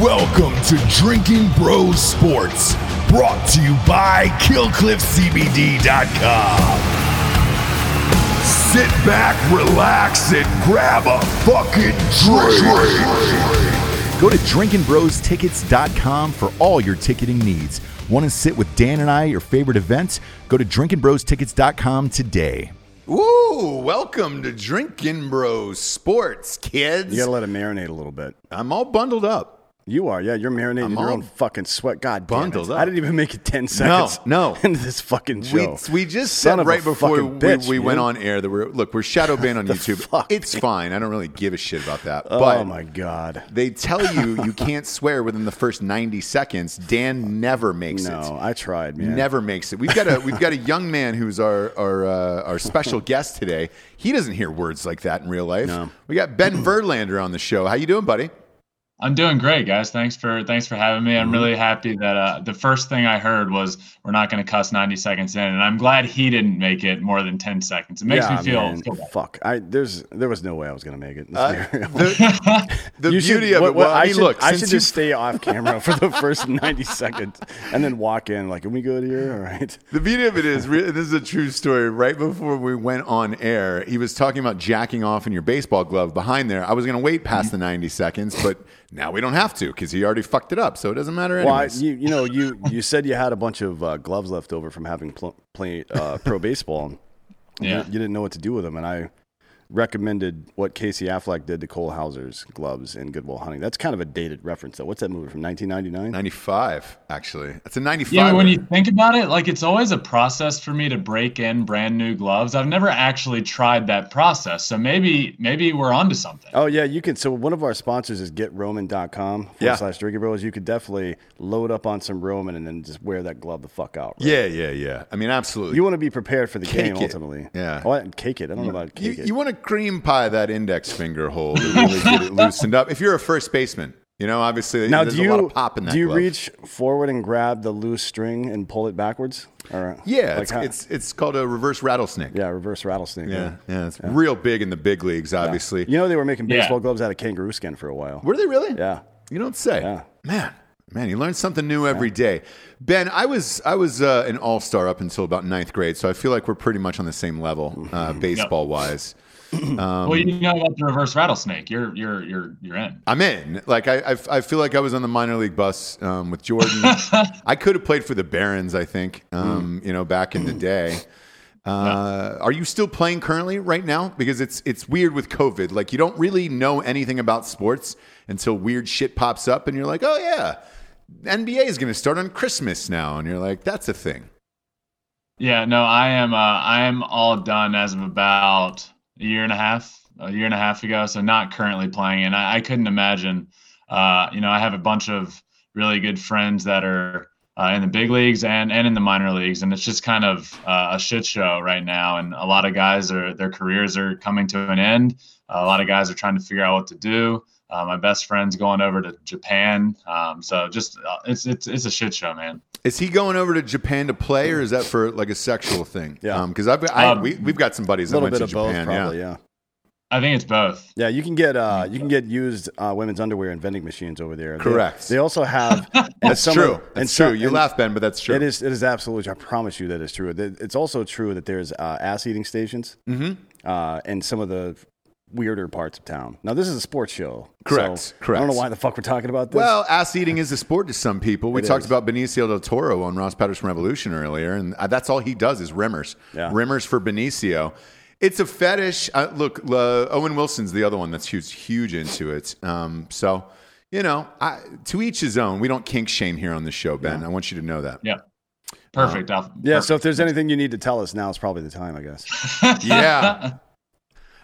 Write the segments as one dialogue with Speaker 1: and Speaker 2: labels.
Speaker 1: Welcome to Drinking Bros Sports, brought to you by KillcliffCBD.com. Sit back, relax, and grab a fucking drink.
Speaker 2: Go to drinkinbrostickets.com for all your ticketing needs. Want to sit with Dan and I at your favorite events? Go to drinkinbrostickets.com today.
Speaker 3: Ooh, welcome to Drinking Bros Sports, kids.
Speaker 4: You gotta let it marinate a little bit.
Speaker 3: I'm all bundled up.
Speaker 4: You are, yeah. You're marinating in your
Speaker 3: all
Speaker 4: own fucking sweat. God damn
Speaker 3: bundled
Speaker 4: it.
Speaker 3: up.
Speaker 4: I didn't even make it ten seconds.
Speaker 3: no.
Speaker 4: into this fucking show.
Speaker 3: We, we just
Speaker 4: Son
Speaker 3: said
Speaker 4: of a
Speaker 3: right before
Speaker 4: fucking
Speaker 3: we,
Speaker 4: bitch,
Speaker 3: we went
Speaker 4: dude.
Speaker 3: on air that we're look, we're shadow banned on YouTube.
Speaker 4: fuck,
Speaker 3: it's fine. I don't really give a shit about that.
Speaker 4: Oh
Speaker 3: but
Speaker 4: my god.
Speaker 3: they tell you you can't swear within the first 90 seconds. Dan never makes it.
Speaker 4: No, I tried, man.
Speaker 3: Never makes it. We've got a we've got a young man who's our our uh, our special guest today. He doesn't hear words like that in real life.
Speaker 4: No.
Speaker 3: We got Ben Verlander on the show. How you doing, buddy?
Speaker 5: I'm doing great, guys. Thanks for thanks for having me. I'm
Speaker 4: Mm-hmm.
Speaker 5: really happy that uh, the first thing I heard was we're not going to cuss 90 seconds in, and I'm glad he didn't make it more than 10 seconds. It makes
Speaker 4: yeah,
Speaker 5: me feel.
Speaker 4: man.
Speaker 5: feel bad.
Speaker 4: fuck. I there's there was no way I was gonna make it.
Speaker 3: The, Uh, the
Speaker 4: You
Speaker 3: beauty
Speaker 4: should-
Speaker 3: of
Speaker 4: what-
Speaker 3: it.
Speaker 4: what-
Speaker 3: Well, I,
Speaker 4: I
Speaker 3: mean,
Speaker 4: should,
Speaker 3: look,
Speaker 4: I
Speaker 3: since
Speaker 4: should
Speaker 3: you-
Speaker 4: just stay off camera for the first ninety seconds and then walk in like, can we go here? All right.
Speaker 3: The beauty of it is, re- this is a true story. Right before we went on air, he was talking about jacking off in your baseball glove behind there. I was going to wait past the 90 seconds, but now we don't have to because he already fucked it up. So it doesn't matter
Speaker 4: Well, I,
Speaker 3: anyways.
Speaker 4: you you know you you said you had a bunch of uh, gloves left over from having pl- played uh, pro baseball. You-
Speaker 5: Yeah.
Speaker 4: you, didn't know what to do with them, and I recommended what Casey Affleck did to Cole Hauser's gloves in Goodwill Hunting. That's kind of a dated reference, though. What's that movie from 1999?
Speaker 3: 95, actually. That's a 95.
Speaker 5: Yeah, but when you think about it, like it's always a process for me to break in brand new gloves. I've never actually tried that process, so maybe maybe we're onto something.
Speaker 4: Oh yeah, you can. So one of our sponsors is GetRoman.com forward
Speaker 3: Yeah.
Speaker 4: slash Drinking Bros. You could definitely load up on some Roman and then just wear that glove the fuck out. right?
Speaker 3: yeah, yeah, yeah. I mean, absolutely.
Speaker 4: You want to be prepared for the
Speaker 3: Cake
Speaker 4: game
Speaker 3: it.
Speaker 4: ultimately.
Speaker 3: Yeah.
Speaker 4: Oh, and cake it. I don't know about
Speaker 3: You,
Speaker 4: cake it.
Speaker 3: you want to cream pie that index finger hole to really get it loosened up. If you're a first baseman, you know, obviously
Speaker 4: Now,
Speaker 3: there's
Speaker 4: do you
Speaker 3: a lot of pop in that
Speaker 4: do you
Speaker 3: glove.
Speaker 4: reach forward and grab the loose string and pull it backwards? Or
Speaker 3: Yeah,
Speaker 4: like
Speaker 3: it's,
Speaker 4: how-
Speaker 3: it's, it's called a reverse rattlesnake.
Speaker 4: yeah, reverse rattlesnake.
Speaker 3: Yeah, yeah, it's real big in the big leagues, obviously.
Speaker 4: You know they were making
Speaker 5: Yeah.
Speaker 4: baseball gloves out of kangaroo skin for a while.
Speaker 3: Were they really?
Speaker 4: Yeah.
Speaker 3: You don't say.
Speaker 4: Yeah.
Speaker 3: Man, man, you learn something new every day. Ben, I was I was uh, an all star up until about ninth grade, so I feel like we're pretty much on the same level, uh, baseball wise.
Speaker 4: Um
Speaker 5: well, you know about the reverse rattlesnake. You're you're you're you're in.
Speaker 3: I'm in. Like I, I, I feel like I was on the minor league bus um, with Jordan. I could have played for the Barons, I think. Um, You know, back in the day. Uh, are you still playing currently right now? Because it's it's weird with COVID. Like you don't really know anything about sports until weird shit pops up, and you're like, oh yeah, NBA is going to start on Christmas now, and you're like, that's a thing.
Speaker 5: Yeah, no, I am. Uh, I am all done as of about a year and a half, a year and a half ago. So not currently playing, and I, I couldn't imagine. Uh, you know, I have a bunch of really good friends that are uh, in the big leagues and and in the minor leagues, and it's just kind of uh, a shit show right now. And a lot of guys are their careers are coming to an end. a lot of guys are trying to figure out what to do. Uh, my best friend's going over to Japan, um, so just uh, it's it's it's a shit show, man.
Speaker 3: Is he going over to Japan to play, or is that for like a sexual thing?
Speaker 4: Yeah.
Speaker 3: because I've I,
Speaker 5: Um,
Speaker 3: we, we've got some buddies
Speaker 4: A
Speaker 3: that
Speaker 4: little
Speaker 3: went
Speaker 4: bit
Speaker 3: to
Speaker 4: of
Speaker 3: Japan.
Speaker 4: both, probably.
Speaker 3: yeah.
Speaker 4: Yeah.
Speaker 5: I think it's both.
Speaker 4: Yeah. You can get uh, you can get used uh, women's underwear in vending machines over there. They-
Speaker 3: Correct.
Speaker 4: They, also have.
Speaker 3: That's true. That's true. you laugh, Ben, but that's true.
Speaker 4: It is. It is absolutely. I promise you that is true. That- It's also true that there's uh, ass eating stations
Speaker 3: Mhm.
Speaker 4: uh, in some of the weirder parts of town. Now this is a sports show.
Speaker 3: Correct,
Speaker 4: so
Speaker 3: correct.
Speaker 4: I don't know why the fuck we're talking about this.
Speaker 3: Well, ass eating is a sport to some people. We
Speaker 4: It
Speaker 3: talked
Speaker 4: is.
Speaker 3: about Benicio del Toro on Ross Patterson Revolution earlier, and uh, that's all he does is rimmers.
Speaker 4: Yeah.
Speaker 3: Rimmers for Benicio. It's a fetish. Uh, look, uh, Owen Wilson's the other one that's huge, huge into it. Um, so, you know, I, to each his own. We don't kink shame here on this show, Ben. I want you to know that.
Speaker 5: Yeah. Perfect. I'll-
Speaker 4: Um,
Speaker 3: er,
Speaker 4: yeah.
Speaker 5: perfect.
Speaker 4: So if there's anything you need to tell us now, is probably the time, I guess.
Speaker 3: Yeah.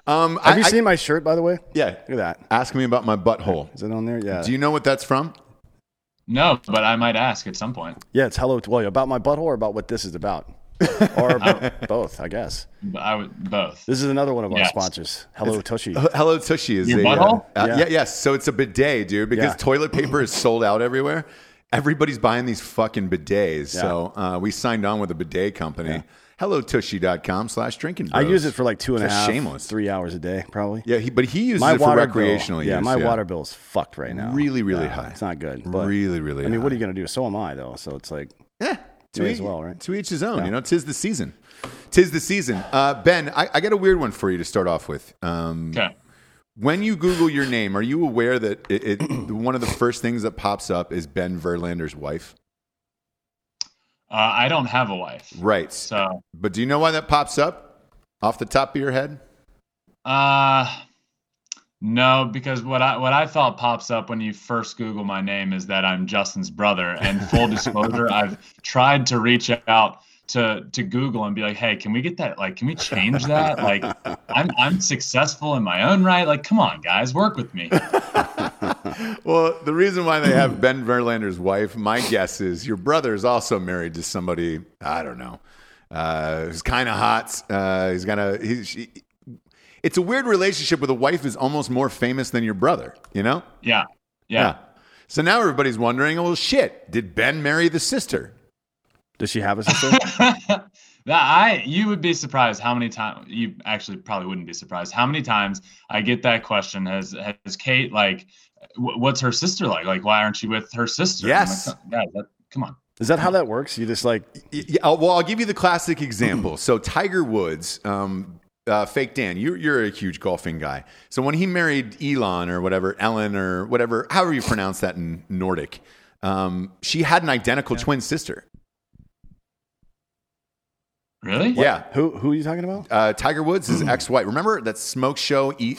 Speaker 3: um,
Speaker 4: Have
Speaker 3: I,
Speaker 4: you
Speaker 3: I-
Speaker 4: seen my shirt, by the way?
Speaker 3: yeah.
Speaker 4: Look at that.
Speaker 3: Ask me about my butthole.
Speaker 4: Is it on there? Yeah.
Speaker 3: Do you know what that's from?
Speaker 5: No, but I might ask at some point.
Speaker 4: yeah, it's hello. Well, about my butthole or about what this is about? or about both, I guess.
Speaker 5: But I would both.
Speaker 4: This is another one of our
Speaker 5: Yes.
Speaker 4: sponsors. Hello, Tushy.
Speaker 3: H- Hello Tushy is
Speaker 5: Your
Speaker 3: a
Speaker 5: butthole?
Speaker 3: uh, uh, yeah.
Speaker 4: Yeah.
Speaker 3: yes. So it's a bidet, dude, because
Speaker 4: Yeah.
Speaker 3: toilet paper is sold out everywhere. Everybody's buying these fucking bidets. So uh, we signed on with a bidet company. hellotushy.com slash drinking
Speaker 4: I
Speaker 3: bros.
Speaker 4: use it for like two and a
Speaker 3: That's
Speaker 4: half,
Speaker 3: shameless.
Speaker 4: three hours a day, probably.
Speaker 3: Yeah, he, but he uses it for
Speaker 4: water
Speaker 3: recreational
Speaker 4: bill,
Speaker 3: use.
Speaker 4: Yeah, my water bill's fucked right now.
Speaker 3: Really, really
Speaker 4: Yeah,
Speaker 3: high.
Speaker 4: It's not good. But,
Speaker 3: really, really
Speaker 4: I mean, what are
Speaker 3: high.
Speaker 4: you gonna do? So am I though. So it's like
Speaker 3: Yeah,
Speaker 4: May as well, right?
Speaker 3: To each his own. You know, tis the season. Tis the season. Uh, ben, I, I got a weird one for you to start off with. Um,
Speaker 5: Okay.
Speaker 3: When you Google your name, are you aware that it, it, one of the first things that pops up is Ben Verlander's wife?
Speaker 5: Uh, I don't have a wife,
Speaker 3: Right.
Speaker 5: so
Speaker 3: But do you know why that pops up off the top of your head?
Speaker 5: uh, no, because what I what I thought pops up when you first Google my name is that I'm Justin's brother. And full disclosure, I've tried to reach out to to Google and be like, hey, can we get that? Like, can we change that? Like, I'm I'm successful in my own right. Like, come on, guys, work with me.
Speaker 3: Well, the reason why they have Ben Verlander's wife, my guess is your brother is also married to somebody I don't know. Uh, who's kind of hot. Uh, he's gonna. He, she, it's a weird relationship with a wife is almost more famous than your brother. You know?
Speaker 5: Yeah, yeah.
Speaker 3: So now everybody's wondering. Oh well, shit! Did Ben marry the sister?
Speaker 4: does she have a sister?
Speaker 5: that I you would be surprised how many times you actually probably wouldn't be surprised how many times I get that question has has Kate like wh- what's her sister like like why aren't you with her sister I'm like,
Speaker 3: Yes.
Speaker 5: "Oh, guys, that, come on
Speaker 4: Is that how that works? You just like
Speaker 3: Y- Yeah, I'll- well, I'll give you the classic example. So Tiger Woods, um, uh, fake Dan, you're, you're a huge golfing guy. So when he married Elon or whatever, Ellen or whatever, however you pronounce that in Nordic, um, she had an identical twin sister.
Speaker 5: really
Speaker 3: Yeah.
Speaker 4: who? Who are you talking about?
Speaker 3: Uh, Tiger Woods' is ex-wife. Remember that smoke show e-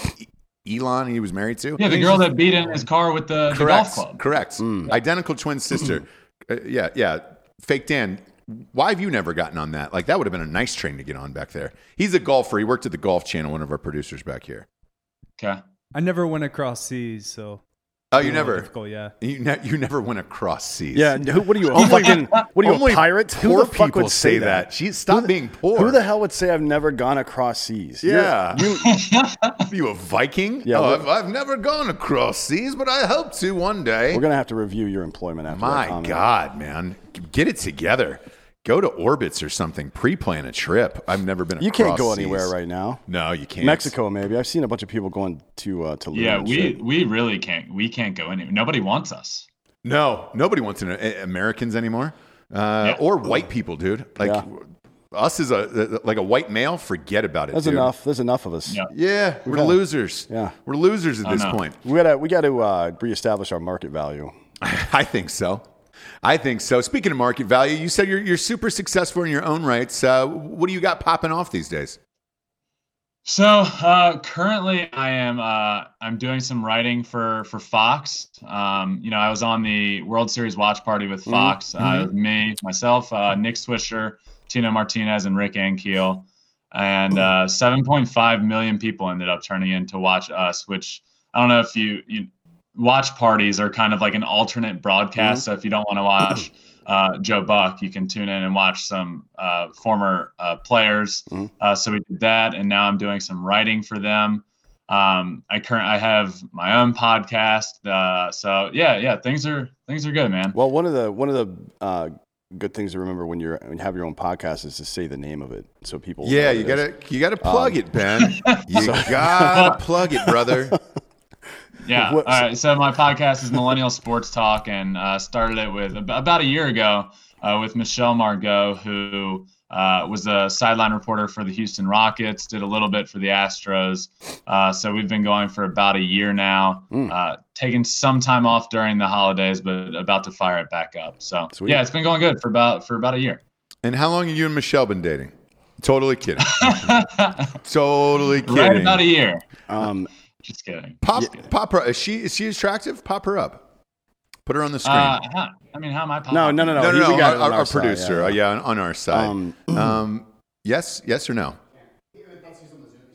Speaker 3: E- Elon he was married to?
Speaker 5: yeah the girl that beat in his car with the, the golf
Speaker 3: Correct.
Speaker 5: club
Speaker 3: Correct.
Speaker 4: Mm.
Speaker 3: Mm. Identical twin sister. uh, yeah, yeah. Fake Dan. Why have you never gotten on that? Like that would have been a nice train to get on back there. He's a golfer. He worked at the Golf Channel, one of our producers back here.
Speaker 5: okay
Speaker 6: I never went across seas, so
Speaker 3: Oh, you
Speaker 6: Really
Speaker 3: never,
Speaker 6: difficult, yeah.
Speaker 3: you, ne- you never went across seas.
Speaker 4: Yeah, and who, what are you? A fucking, what are you?
Speaker 3: Only
Speaker 4: A pirate? Who
Speaker 3: poor
Speaker 4: the fuck
Speaker 3: people
Speaker 4: would say,
Speaker 3: say
Speaker 4: that?
Speaker 3: that. She- stop
Speaker 4: the-
Speaker 3: being poor.
Speaker 4: Who the hell would say I've never gone across seas? You're-
Speaker 3: Yeah.
Speaker 4: you
Speaker 3: you a Viking?
Speaker 4: Yeah,
Speaker 3: Oh,
Speaker 4: we're-
Speaker 3: I've, I've never gone across seas, but I hope to one day.
Speaker 4: We're gonna have to review your employment after that
Speaker 3: My
Speaker 4: comment.
Speaker 3: God, man, get it together. Go to orbits or something. Pre-plan a trip. I've never been.
Speaker 4: You can't
Speaker 3: across
Speaker 4: go
Speaker 3: seas.
Speaker 4: anywhere right now.
Speaker 3: No, you can't.
Speaker 4: Mexico, maybe. I've seen a bunch of people going to uh, Tulum.
Speaker 5: yeah
Speaker 4: and
Speaker 5: we
Speaker 4: shit.
Speaker 5: we really can't we can't go anywhere nobody wants us
Speaker 3: No, nobody wants an, a- Americans anymore, uh,
Speaker 5: Yeah.
Speaker 3: or white people, dude. Like
Speaker 4: Yeah.
Speaker 3: us as a like a white male. Forget about it.
Speaker 4: There's
Speaker 3: dude.
Speaker 4: enough. There's enough of us.
Speaker 5: Yeah.
Speaker 3: Yeah, we're
Speaker 4: all-
Speaker 3: losers.
Speaker 4: Yeah.
Speaker 3: we're losers at this
Speaker 5: no.
Speaker 3: point.
Speaker 4: We gotta we gotta uh, reestablish our market value.
Speaker 3: I think so. I think so. Speaking of market value, you said you're you're super successful in your own rights. Uh, what do you got popping off these days?
Speaker 5: So uh, currently, I am uh, I'm doing some writing for for Fox. Um, you know, I was on the World Series watch party with Fox. Uh, me, myself, uh, Nick Swisher, Tino Martinez, and Rick Ankiel, and uh, 7.5 million people ended up turning in to watch us. Which I don't know if you you watch parties are kind of like an alternate broadcast. So if you don't want to watch. Uh, Joe Buck, you can tune in and watch some uh, former uh, players uh, so we did that, and now I'm doing some writing for them. Um, I current I have my own podcast. Uh, so yeah, yeah, things are things are good, man.
Speaker 4: Well, one of the one of the uh, good things to remember when you're when you have your own podcast is to say the name of it so people. Um, know
Speaker 3: Yeah,
Speaker 4: what
Speaker 3: you
Speaker 4: it is.
Speaker 3: gotta you gotta plug it, Ben. You gotta plug it, brother.
Speaker 5: Yeah. All
Speaker 4: What-
Speaker 5: right. So my podcast is Millennial Sports Talk, and uh, started it with ab- about a year ago uh, with Michelle Margot, who uh, was a sideline reporter for the Houston Rockets, did a little bit for the Astros. Uh, so we've been going for about a year now,
Speaker 4: Hmm.
Speaker 5: uh, taking some time off during the holidays, but about to fire it back up. So
Speaker 4: Sweet.
Speaker 5: yeah, it's been going good for about for about a year.
Speaker 3: And how long have you and Michelle been dating? Totally kidding. totally kidding.
Speaker 5: Right about a year.
Speaker 4: Um,
Speaker 5: Just kidding.
Speaker 3: pop, pop her. Is she is she attractive? Pop her up. Put her on the screen.
Speaker 5: Uh, huh, I mean, how am I? popping
Speaker 4: no, no, no, no.
Speaker 3: no, no,
Speaker 4: he-
Speaker 3: no.
Speaker 4: we got it
Speaker 3: Our,
Speaker 4: on
Speaker 3: our,
Speaker 4: our side,
Speaker 3: producer.
Speaker 4: yeah.
Speaker 3: Oh, yeah, on, on our side. Um,
Speaker 4: Um,
Speaker 3: yes, yes or no?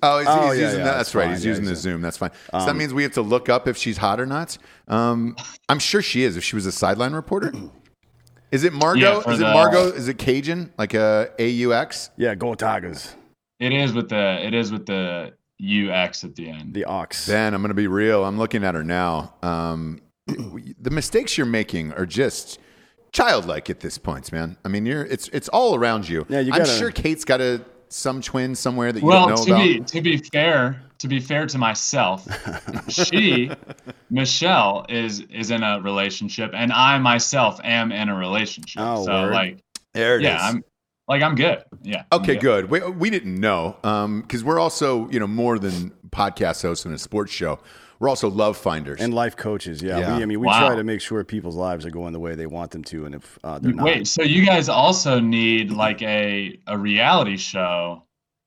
Speaker 3: Oh, he's,
Speaker 4: Oh,
Speaker 3: he's
Speaker 4: yeah,
Speaker 3: using that. That's
Speaker 4: yeah, that's
Speaker 3: right.
Speaker 4: fine.
Speaker 3: He's Um,
Speaker 4: Yeah,
Speaker 3: using the
Speaker 4: he's-
Speaker 3: Zoom. That's fine. So that means we have to look up if she's hot or not. Um, I'm sure she is. If she was a sideline reporter, is it Margot?
Speaker 5: Yeah, for
Speaker 3: is it
Speaker 5: the-
Speaker 3: Margot? Is it Cajun? Like uh, a A U X?
Speaker 4: Yeah, go Tigers.
Speaker 5: It is with the it is with the UX at the end.
Speaker 4: The Ox.
Speaker 3: Ben, I'm going to be real. I'm looking at her now. Um, the mistakes you're making are just childlike at this point, man. I mean, you're it's it's all around you.
Speaker 4: Yeah, you
Speaker 3: I'm
Speaker 4: gotta-
Speaker 3: sure Kate's got a some twin somewhere that you
Speaker 5: well,
Speaker 3: don't know
Speaker 5: to
Speaker 3: about.
Speaker 5: be to be fair, to be fair to myself, she, Michelle, is is in a relationship, and I myself am in a relationship.
Speaker 4: Oh,
Speaker 5: so
Speaker 4: word.
Speaker 5: like,
Speaker 3: There it
Speaker 5: yeah,
Speaker 3: is.
Speaker 5: I'm like I'm good. Yeah. I'm
Speaker 3: Okay, good. We, we didn't know because we're also you know more than podcast hosts and a sports show. We're also love finders.
Speaker 4: And life coaches, yeah.
Speaker 3: Yeah.
Speaker 4: We, I mean, we
Speaker 5: Wow.
Speaker 4: try to make sure people's lives are going the way they want them to, and if uh, they're not,
Speaker 5: Wait, so you guys also need like a a reality show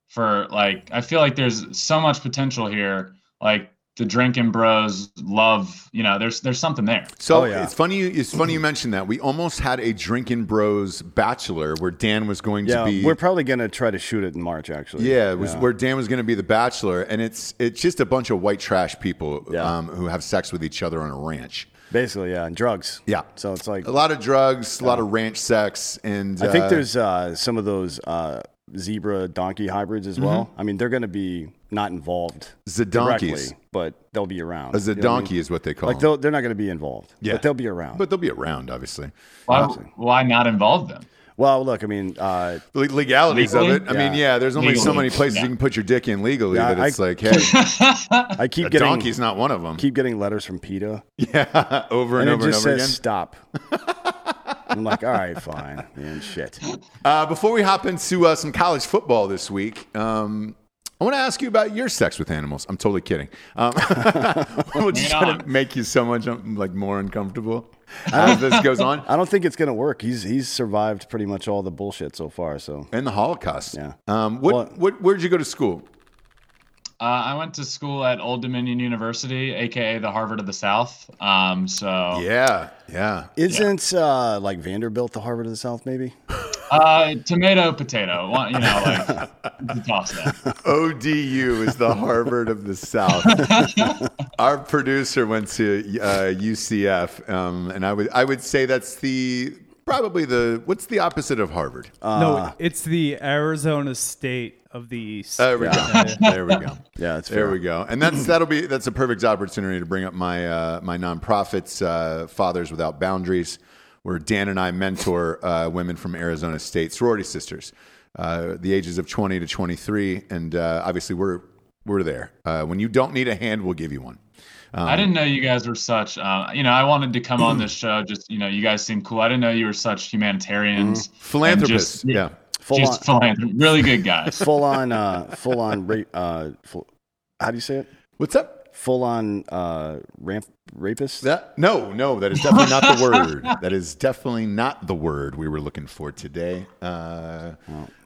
Speaker 5: for like I feel like there's so much potential here. Like the drinking bros love, you know, there's there's something there.
Speaker 3: so
Speaker 4: Oh, yeah.
Speaker 3: it's funny. You, it's funny you mentioned that. We almost had a drinking bros bachelor where Dan was going
Speaker 4: yeah,
Speaker 3: to be.
Speaker 4: we're probably gonna try to shoot it in March, actually.
Speaker 3: Yeah, it was where Dan was going to be the bachelor, and it's it's just a bunch of white trash people
Speaker 4: Yeah.
Speaker 3: um, who have sex with each other on a ranch.
Speaker 4: basically, yeah, and drugs.
Speaker 3: Yeah.
Speaker 4: so it's like
Speaker 3: A lot of drugs, a lot of ranch sex, and
Speaker 4: I think
Speaker 3: uh,
Speaker 4: there's uh, some of those uh, zebra donkey hybrids as well.
Speaker 3: Mm-hmm.
Speaker 4: I mean, they're going to be not involved
Speaker 3: Zadonkeys.
Speaker 4: directly, but they'll be around.
Speaker 3: A
Speaker 4: You know what I
Speaker 3: donkey
Speaker 4: mean?
Speaker 3: is what they call
Speaker 4: Like
Speaker 3: them,
Speaker 4: they'll, they're not going to be involved,
Speaker 3: Yeah.
Speaker 4: but they'll be around.
Speaker 3: but they'll be around, obviously.
Speaker 5: Why why not involve them?
Speaker 4: well, look, I mean, uh,
Speaker 3: The legalities
Speaker 5: Legally?
Speaker 3: of it. I mean,
Speaker 4: Yeah.
Speaker 3: yeah, there's only so
Speaker 5: Legally.
Speaker 3: many places
Speaker 5: Yeah.
Speaker 3: you can put your dick in legally
Speaker 4: Yeah,
Speaker 3: that it's
Speaker 4: I-
Speaker 3: like, hey,
Speaker 4: I keep
Speaker 3: a
Speaker 4: getting
Speaker 3: donkey's not one of them.
Speaker 4: keep getting letters from PETA,
Speaker 3: yeah, over
Speaker 4: and,
Speaker 3: and, over
Speaker 4: it
Speaker 3: and
Speaker 4: just
Speaker 3: over
Speaker 4: says
Speaker 3: again.
Speaker 4: stop. I'm like, all right, fine, man, shit.
Speaker 3: Uh, before we hop into uh, some college football this week, um, I want to ask you about your sex with animals. I'm totally kidding. Um, we'll just try to
Speaker 5: on.
Speaker 3: make you so much um, like more uncomfortable as this goes on.
Speaker 4: I don't think it's going to work. He's he's survived pretty much all the bullshit so far. So
Speaker 3: And the Holocaust.
Speaker 4: Yeah.
Speaker 3: Um, what,
Speaker 4: Well-
Speaker 3: what, where'd you go to school?
Speaker 5: Uh, I went to school at Old Dominion University, aka the Harvard of the South. Um,
Speaker 4: Oh.
Speaker 5: so
Speaker 3: Yeah, yeah.
Speaker 4: isn't uh, like Vanderbilt the Harvard of the South? Maybe.
Speaker 5: uh, tomato potato, One- you know, like it's a toss up.
Speaker 3: ODU is the Harvard of the South. Our producer went to uh, UCF, um, and I would I would say that's the probably the what's the opposite of Harvard? Uh,
Speaker 6: no, it's the Arizona State of the East.
Speaker 3: There we go. There we go.
Speaker 4: Yeah, it's
Speaker 3: There
Speaker 4: fair.
Speaker 3: we go. And that's that'll be that's a perfect opportunity to bring up my uh, my nonprofits, uh, Fathers Without Boundaries, where Dan and I mentor uh, women from Arizona State sorority sisters, uh, the ages of twenty to twenty three, and uh, obviously we're we're there. Uh, when you don't need a hand, we'll give you one.
Speaker 4: Um,
Speaker 5: I didn't know you guys were such. Uh, you know, I wanted to come on this show. Just you know, you guys seem cool. I didn't know you were such humanitarians, and
Speaker 3: Philanthropists,
Speaker 5: just-
Speaker 3: yeah.
Speaker 4: Mm-hmm. Full
Speaker 5: just philanthropy. Really good guys.
Speaker 4: full on uh full on rape uh full, how do you say it
Speaker 3: What's up?
Speaker 4: full on uh ramp rapist
Speaker 3: That no, no, that is definitely not the word. That is definitely not the word we were looking for today. Uh,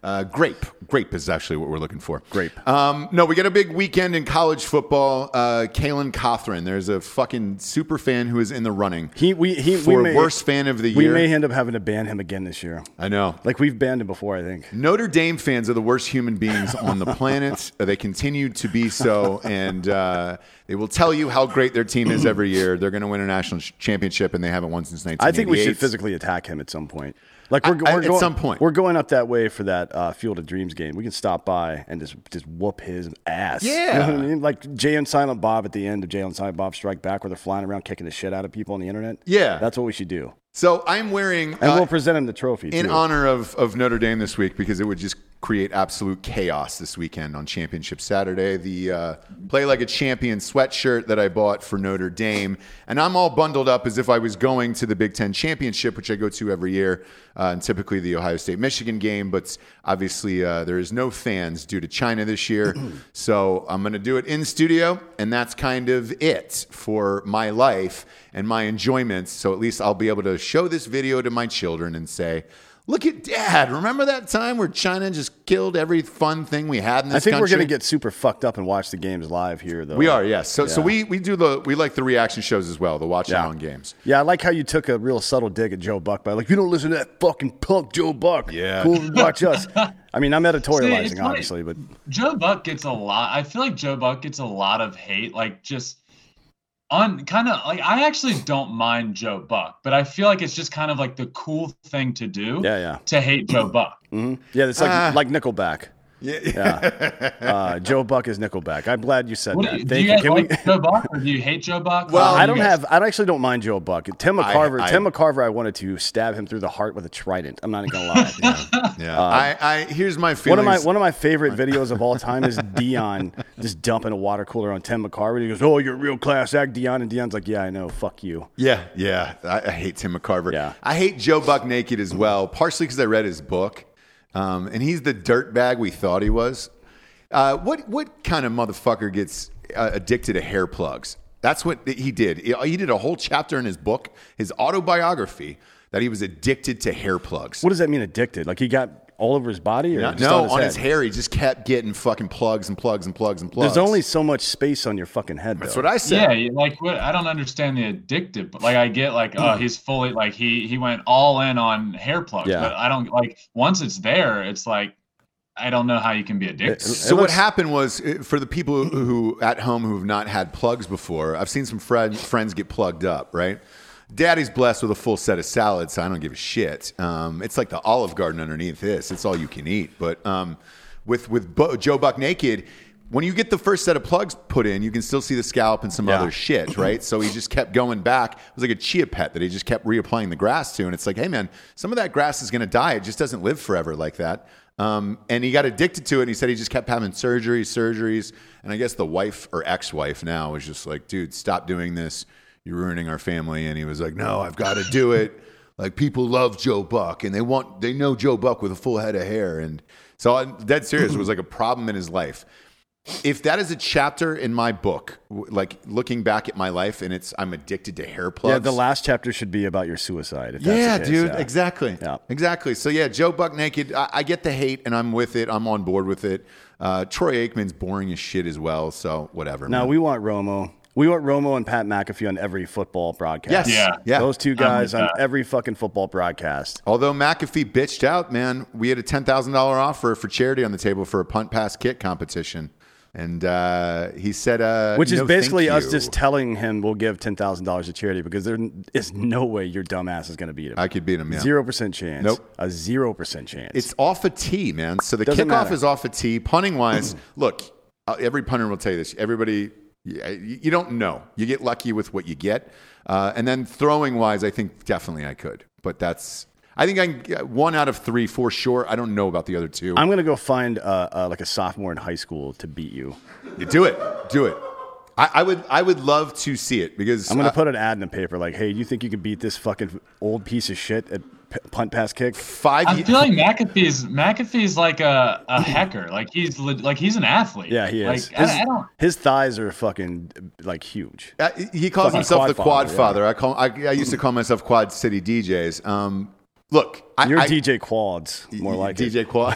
Speaker 3: uh, grape, grape is actually what we're looking for.
Speaker 4: Grape.
Speaker 3: Um, no, we got a big weekend in college football. Uh, Kalen Cothran, there's a fucking super fan who is in the running
Speaker 4: he we he
Speaker 3: for
Speaker 4: we may,
Speaker 3: worst fan of the
Speaker 4: we
Speaker 3: year.
Speaker 4: may end up having to ban him again this year
Speaker 3: I know.
Speaker 4: like we've banned him before i think
Speaker 3: Notre Dame fans are the worst human beings on the planet. they continue to be so, and uh, they will tell you how great their team is every year. They're going to win a national ch- championship, and they haven't won since 1988.
Speaker 4: i think we should physically attack him at some point like we're,
Speaker 3: I- I-
Speaker 4: we're
Speaker 3: at
Speaker 4: going,
Speaker 3: some point.
Speaker 4: we're going up that way for that uh, Field of Dreams game. We can stop by and just just whoop his ass. you know
Speaker 3: Yeah.
Speaker 4: what I mean, like Jay and Silent Bob at the end of Jay and Silent Bob Strike Back, where they're flying around kicking the shit out of people on the internet.
Speaker 3: Yeah.
Speaker 4: that's what we should do.
Speaker 3: So I'm wearing
Speaker 4: And
Speaker 3: uh,
Speaker 4: we'll present him the trophy
Speaker 3: in
Speaker 4: too.
Speaker 3: honor of, of Notre Dame this week because it would just create absolute chaos this weekend on Championship Saturday. The uh, Play Like a Champion sweatshirt that I bought for Notre Dame. And I'm all bundled up as if I was going to the Big Ten Championship, which I go to every year, uh, and typically the Ohio State Michigan game. But obviously, uh, there is no fans due to China this year. so I'm going to do it in studio. And that's kind of it for my life and my enjoyments. So at least I'll be able to show this video to my children and say, Look at dad. Remember that time where China just killed every fun thing we had in this
Speaker 4: I think
Speaker 3: country?
Speaker 4: we're going to get super fucked up and watch the games live here, though.
Speaker 3: We are, yes. So, so we, we do the, we like the reaction shows as well, the watch
Speaker 4: Yeah.
Speaker 3: along games.
Speaker 4: Yeah, I like how you took a real subtle dig at Joe Buck by like, you don't listen to that fucking punk Joe Buck.
Speaker 3: Yeah.
Speaker 4: Cool, watch us. I mean, I'm editorializing,
Speaker 5: See, it's funny.
Speaker 4: obviously, but
Speaker 5: Joe Buck gets a lot. I feel like Joe Buck gets a lot of hate. Like just on kind of like I actually don't mind Joe Buck, but I feel like it's just kind of like the cool thing to do.
Speaker 4: yeah, yeah.
Speaker 5: To hate Joe Buck.
Speaker 4: Yeah, it's like
Speaker 3: Ah.
Speaker 4: like Nickelback.
Speaker 3: Yeah.
Speaker 4: Uh, Joe Buck is Nickelback. I'm glad you said
Speaker 5: What do
Speaker 4: that.
Speaker 5: you, do
Speaker 4: Thank
Speaker 5: you
Speaker 4: you.
Speaker 5: guys
Speaker 4: Can we?
Speaker 5: like Joe Buck or do you hate Joe Buck?
Speaker 3: Well,
Speaker 5: How
Speaker 4: I
Speaker 5: you
Speaker 4: don't
Speaker 5: guys-
Speaker 4: have. I actually don't mind Joe Buck. Tim
Speaker 3: I-
Speaker 4: McCarver.
Speaker 3: I-
Speaker 4: Tim McCarver. I wanted to stab him through the heart with a trident. I'm not gonna lie. Uh,
Speaker 3: yeah. I, I here's my
Speaker 4: One
Speaker 3: feelings.
Speaker 4: of my one of my favorite videos of all time is Dion just dumping a water cooler on Tim McCarver. He goes, "Oh, you're a real class act, Dion." And Dion's like, "Yeah, I know. Fuck you."
Speaker 3: yeah, yeah. I, I hate Tim McCarver.
Speaker 4: Yeah.
Speaker 3: I hate Joe Buck naked as well, partially because I read his book, um, and he's the dirtbag we thought he was. Uh, what what kind of motherfucker gets uh, addicted to hair plugs? That's what he did. He did a whole chapter in his book, his autobiography, that he was addicted to hair plugs.
Speaker 4: What does that mean? Addicted? Like he got all over his body, or
Speaker 3: No,
Speaker 4: just
Speaker 3: no,
Speaker 4: on his
Speaker 3: on
Speaker 4: head?
Speaker 3: his hair, he just kept getting fucking plugs and plugs and plugs and plugs.
Speaker 4: There's only so much space on your fucking head.
Speaker 3: that's
Speaker 4: though.
Speaker 3: what I said.
Speaker 5: Yeah, you- like what? I don't understand the addictive. But like I get like, oh, he's fully like he he went all in on hair plugs.
Speaker 4: Yeah.
Speaker 5: But I don't like once it's there, it's like I don't know how you
Speaker 4: Uh,
Speaker 5: can be addicted.
Speaker 4: It-
Speaker 3: So what
Speaker 4: looks-
Speaker 3: happened was uh, for the people who at home who have not had plugs before, I've seen some friend, friends get plugged up, right? Daddy's blessed with a full set of salads, so I don't give a shit. Um, it's like the Olive Garden underneath this. It's all you can eat. But um, with with Bo- Joe Buck Naked, when you get the first set of plugs put in, you can still see the scalp and some other shit, right? So he just kept going back. It was like a chia pet that he just kept reapplying the grass to. And it's like, hey, man, some of that grass is going to die. It just doesn't live forever like that. Um, and he got addicted to it. And he said he just kept having surgeries, surgeries. And I guess the wife or ex wife now was just like, dude, stop doing this. You're ruining our family. And he was like, no, I've got to do it. Like people love Joe Buck and they want, they know Joe Buck with a full head of hair. And so I'm dead serious. It was like a problem in his life if that is a chapter in my book, w- like looking back at my life and it's I'm addicted to hair plugs.
Speaker 4: Yeah, the last chapter should be about your suicide. If that's
Speaker 3: Yeah,
Speaker 4: the case,
Speaker 3: dude,
Speaker 4: yeah.
Speaker 3: exactly,
Speaker 4: Yeah.
Speaker 3: exactly. So yeah, Joe Buck naked. I, I get the hate, and I'm with it. I'm on board with it. Uh, Troy Aikman's boring as shit as well. So whatever.
Speaker 4: Now
Speaker 3: man.
Speaker 4: we want Romo. We want Romo and Pat McAfee on every football
Speaker 3: yes,
Speaker 4: broadcast.
Speaker 3: yeah,
Speaker 5: Yeah.
Speaker 3: yeah. Oh
Speaker 4: Those two guys on
Speaker 5: that.
Speaker 4: every fucking football broadcast.
Speaker 3: Although McAfee bitched out, man, we had a ten thousand dollar offer for charity on the table for a punt pass kick competition, and uh, he said, uh,
Speaker 4: Which is
Speaker 3: "No, thank
Speaker 4: basically us
Speaker 3: you."
Speaker 4: just telling him we'll give ten thousand dollars to charity because there is no way your dumbass is going to beat him.
Speaker 3: I could beat him. Yeah.
Speaker 4: Zero percent chance.
Speaker 3: Nope.
Speaker 4: A zero percent chance.
Speaker 3: It's off a tee, man. So the
Speaker 4: Doesn't
Speaker 3: kickoff
Speaker 4: matter.
Speaker 3: is off a tee. Punting wise, look, uh, every punter will tell you this. Everybody, yeah, you you don't know. You get lucky with what you get. Uh, and then throwing wise, I think definitely I could. But that's, I think I can get one out of three for sure. I don't know about the other 2
Speaker 4: I'm going to go find uh, uh, like a sophomore in high school to beat you.
Speaker 3: You do it. Do it. I, I would. I would love to see it because
Speaker 4: I'm going to
Speaker 3: uh,
Speaker 4: put an ad in the paper like, "Hey, you think you could beat this fucking old piece of shit at p- punt pass kick?"
Speaker 3: five.
Speaker 5: I
Speaker 3: ye-
Speaker 5: feel like McAfee's McAfee's like a, a hecker. Like he's le- like he's an athlete.
Speaker 4: Yeah, he
Speaker 5: Like,
Speaker 4: is.
Speaker 5: I-
Speaker 4: his,
Speaker 5: I don't.
Speaker 4: his thighs are fucking like huge.
Speaker 3: Uh, he calls
Speaker 4: Fucking
Speaker 3: himself
Speaker 4: quad
Speaker 3: the Quad
Speaker 4: father,
Speaker 3: Father. I call. I, I used to call myself Quad City DJs. Um, look, I,
Speaker 4: You're
Speaker 3: I,
Speaker 4: DJ Quads, more like it.
Speaker 3: DJ Qual.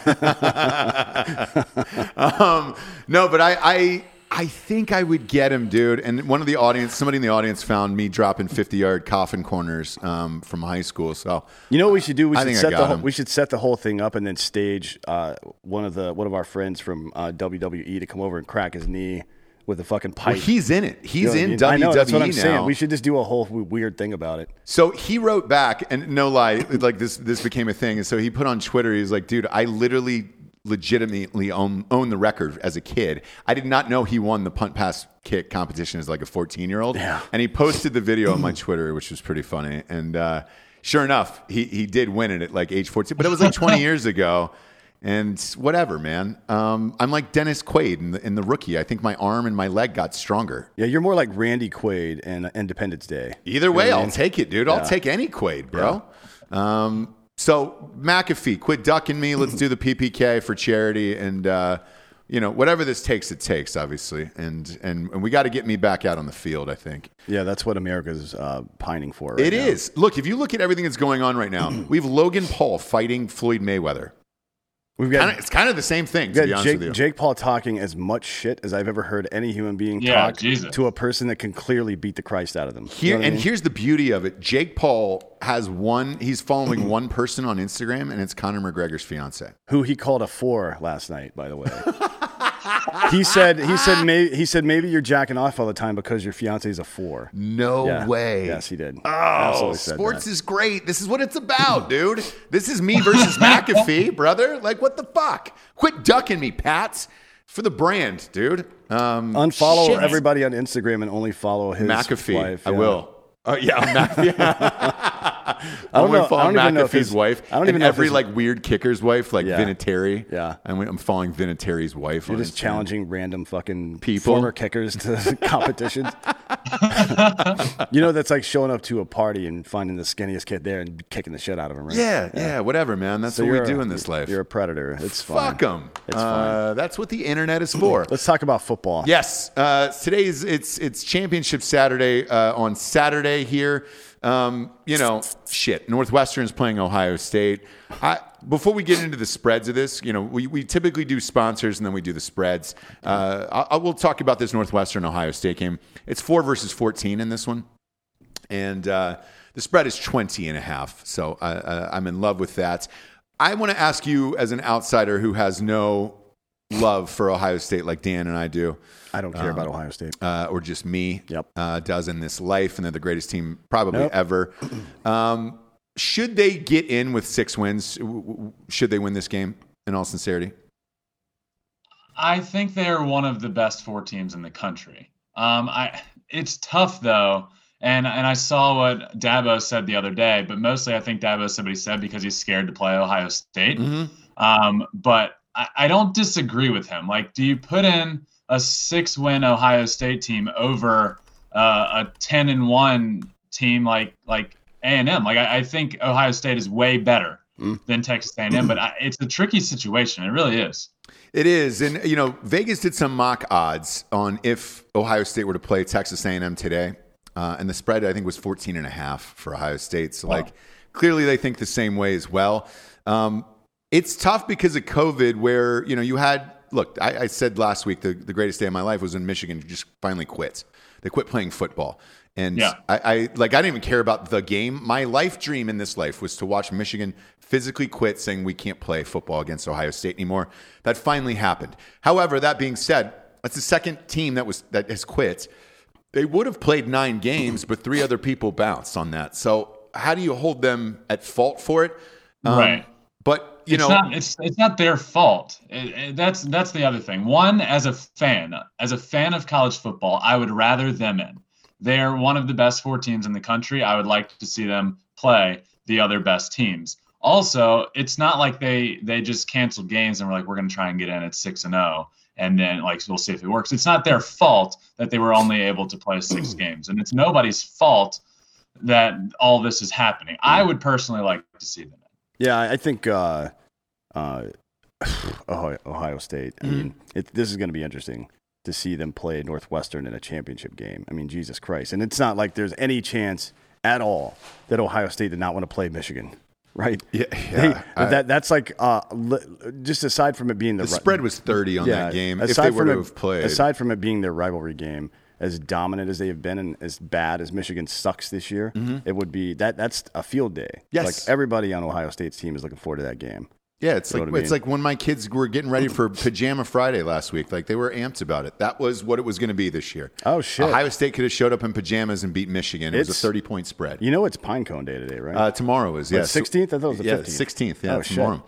Speaker 3: um, no, but I, I I think I would get him, dude. And one of the audience, somebody in the audience found me dropping fifty yard coffin corners um, from high school. So
Speaker 4: You know what we should do? We
Speaker 3: I
Speaker 4: should
Speaker 3: think I
Speaker 4: set
Speaker 3: got
Speaker 4: the whole,
Speaker 3: him.
Speaker 4: we should set the whole thing up and then stage uh, one of the one of our friends from uh, WWE to come over and crack his knee with a fucking pipe.
Speaker 3: well, he's in it.
Speaker 4: You know
Speaker 3: He's
Speaker 4: what I
Speaker 3: in E
Speaker 4: mean?
Speaker 3: WWE
Speaker 4: I know, that's what I'm
Speaker 3: now.
Speaker 4: saying. We should just do a whole w- weird thing about it.
Speaker 3: So he wrote back, and no lie, like this this became a thing. And so he put on Twitter, he was like, dude, I literally legitimately own, own the record as a kid. I did not know he won the punt pass kick competition as like a 14 year old. Yeah. And he posted the video on my Twitter, which was pretty funny. And uh, sure enough, he, he did win it at like age 14, but it was like 20 years ago. And whatever, man. Um, I'm like Dennis Quaid in the, in the rookie. I think my arm and my leg got stronger.
Speaker 4: Yeah, you're more like Randy Quaid and uh, Independence Day.
Speaker 3: Either way, I'll take it, dude. I'll take any Quaid, bro. Um, so McAfee, quit ducking me. Let's do the PPK for charity, and uh, you know whatever this takes, it takes, obviously. And and and we got to get me back out on the field. I think
Speaker 4: Yeah, that's what America's uh, pining for. Right
Speaker 3: it is. Look, if you look at everything that's going on right now, we have Logan Paul fighting Floyd Mayweather.
Speaker 4: We've
Speaker 3: Kinda-
Speaker 4: got,
Speaker 3: it's kind of the same thing, to
Speaker 4: we've
Speaker 3: be
Speaker 4: got
Speaker 3: honest with
Speaker 4: Jake,
Speaker 3: you.
Speaker 4: Jake Paul talking as much shit as I've ever heard any human being
Speaker 5: Yeah,
Speaker 4: talk
Speaker 5: Jesus.
Speaker 4: to a person that can clearly beat the Christ out of them. You
Speaker 3: Here
Speaker 4: know what I
Speaker 3: and
Speaker 4: mean?
Speaker 3: here's the beauty of it. Jake Paul has one. He's following one person on Instagram, and it's Conor McGregor's fiance.
Speaker 4: who he called a four last night, by the way. He said he said maybe he said maybe you're jacking off all the time because your fiance is a four.
Speaker 3: No
Speaker 4: Yeah.
Speaker 3: way.
Speaker 4: Yes, he did.
Speaker 3: Oh,
Speaker 4: Absolutely said
Speaker 3: sports
Speaker 4: that.
Speaker 3: is great. This is what it's about, dude. This is me versus McAfee, brother. Like, what the fuck? Quit ducking me, Pats, for the brand, dude. Um,
Speaker 4: Unfollow
Speaker 3: shit.
Speaker 4: everybody on Instagram and only follow his
Speaker 3: McAfee.
Speaker 4: wife.
Speaker 3: I
Speaker 4: Yeah.
Speaker 3: will. Oh yeah, I'm Mac-
Speaker 4: I don't
Speaker 3: I'm gonna
Speaker 4: know. I
Speaker 3: follow
Speaker 4: don't even know
Speaker 3: McAfee's
Speaker 4: if his
Speaker 3: wife.
Speaker 4: I don't
Speaker 3: and
Speaker 4: even know if
Speaker 3: every
Speaker 4: his-
Speaker 3: like weird kicker's wife, like
Speaker 4: Yeah.
Speaker 3: Vinatieri.
Speaker 4: Yeah.
Speaker 3: and I'm following Vinatieri's wife.
Speaker 4: You're
Speaker 3: on
Speaker 4: just
Speaker 3: Instagram.
Speaker 4: challenging random fucking
Speaker 3: People.
Speaker 4: former kickers to competitions. you know that's like showing up to a party and finding the skinniest kid there and kicking the shit out of him, right?
Speaker 3: Yeah, yeah, whatever, man. That's
Speaker 4: So
Speaker 3: what we
Speaker 4: you're
Speaker 3: do
Speaker 4: a-
Speaker 3: in this life.
Speaker 4: You're a predator. It's fine.
Speaker 3: Fuck them.
Speaker 4: It's
Speaker 3: uh, That's what the internet is for.
Speaker 4: Let's talk about football.
Speaker 3: Yes, uh, today's it's it's Championship Saturday uh, on Saturday here. Um, you know, shit. Northwestern's playing Ohio State. I, before we get into the spreads of this, you know, we, we typically do sponsors and then we do the spreads. Uh, I, I will talk about this Northwestern Ohio State game. It's four versus fourteen in this one and uh, the spread is 20 and a half so I, uh, i'm in love with that i want to ask you as an outsider who has no love for ohio state like dan and i do
Speaker 4: I don't care about Ohio State.
Speaker 3: uh, or just me
Speaker 4: Yep.
Speaker 3: uh, does in this life and they're the greatest team probably
Speaker 4: Nope.
Speaker 3: ever um, should they get in with six wins W- w- should they win this game in all sincerity
Speaker 5: I think they're one of the best four teams in the country. Um, I it's tough though, and and I saw what Dabo said the other day, but mostly I think Dabo said what he said because he's scared to play Ohio State. Um, but I, I don't disagree with him. Like, do you put in a six-win Ohio State team over uh, a ten and one team like like A and M? Like, I, I think Ohio State is way better
Speaker 4: Mm.
Speaker 5: than Texas A and M, but I, it's a tricky situation. It really is.
Speaker 3: It is, and you know, Vegas did some mock odds on if Ohio State were to play Texas A&M today, uh, and the spread I think was 14 and a half for Ohio State. So, like, clearly they think the same way as well. Um, it's tough because of COVID, where you know you had look. I, I said last week the, the greatest day of my life was when Michigan just finally quit. They quit playing football, and
Speaker 5: Yeah.
Speaker 3: I, I like I didn't even care about the game. My life dream in this life was to watch Michigan physically quit, saying we can't play football against Ohio State anymore. That finally happened. However, that being said, that's the second team that was that has quit. They would have played nine games, but three other people bounced on that. So how do you hold them at fault for it?
Speaker 5: Right.
Speaker 3: But you
Speaker 5: it's
Speaker 3: know,
Speaker 5: not, it's it's not their fault. It- it- that's that's the other thing. One, as a fan, as a fan of college football, I would rather them in. They are one of the best four teams in the country. I would like to see them play the other best teams. Also, it's not like they they just canceled games and were like, we're going to try and get in at six and zero, and then like we'll see if it works. It's not their fault that they were only able to play six games, and it's nobody's fault that all this is happening. I would personally like to see them.
Speaker 4: Yeah, I I think uh, uh, Ohio, Ohio State. I mean, it, this is going to be interesting to see them play Northwestern in a championship game. I mean, Jesus Christ! And it's not like there's any chance at all that Ohio State did not want to play Michigan, right?
Speaker 3: yeah,
Speaker 4: They-
Speaker 3: yeah, I-
Speaker 4: that that's like uh, li- just aside from it being the,
Speaker 3: the
Speaker 4: ri-
Speaker 3: spread was 30 on that game. If
Speaker 4: aside
Speaker 3: they were
Speaker 4: from
Speaker 3: to
Speaker 4: it-
Speaker 3: have played,
Speaker 4: Aside from it being their rivalry game, as dominant as they have been and as bad as Michigan sucks this year, it would be that that's a field day.
Speaker 3: Mm-hmm. Yes.
Speaker 4: Like everybody on Ohio State's team is looking forward to that game.
Speaker 3: yeah, it's
Speaker 4: You know
Speaker 3: like
Speaker 4: what I
Speaker 3: it's
Speaker 4: mean?
Speaker 3: like when my kids were getting ready for Pajama Friday last week. Like they were amped about it. That was what it was going to be this year.
Speaker 4: Oh, shit.
Speaker 3: Ohio State could have showed up in pajamas and beat Michigan. It was
Speaker 4: It's-
Speaker 3: a 30 point spread.
Speaker 4: You know it's Pinecone Day today, right?
Speaker 3: Uh, tomorrow is yeah
Speaker 4: Wait, 16th? I thought it was the
Speaker 3: yeah
Speaker 4: 15th.
Speaker 3: 16th yeah
Speaker 4: Oh, shit.
Speaker 3: tomorrow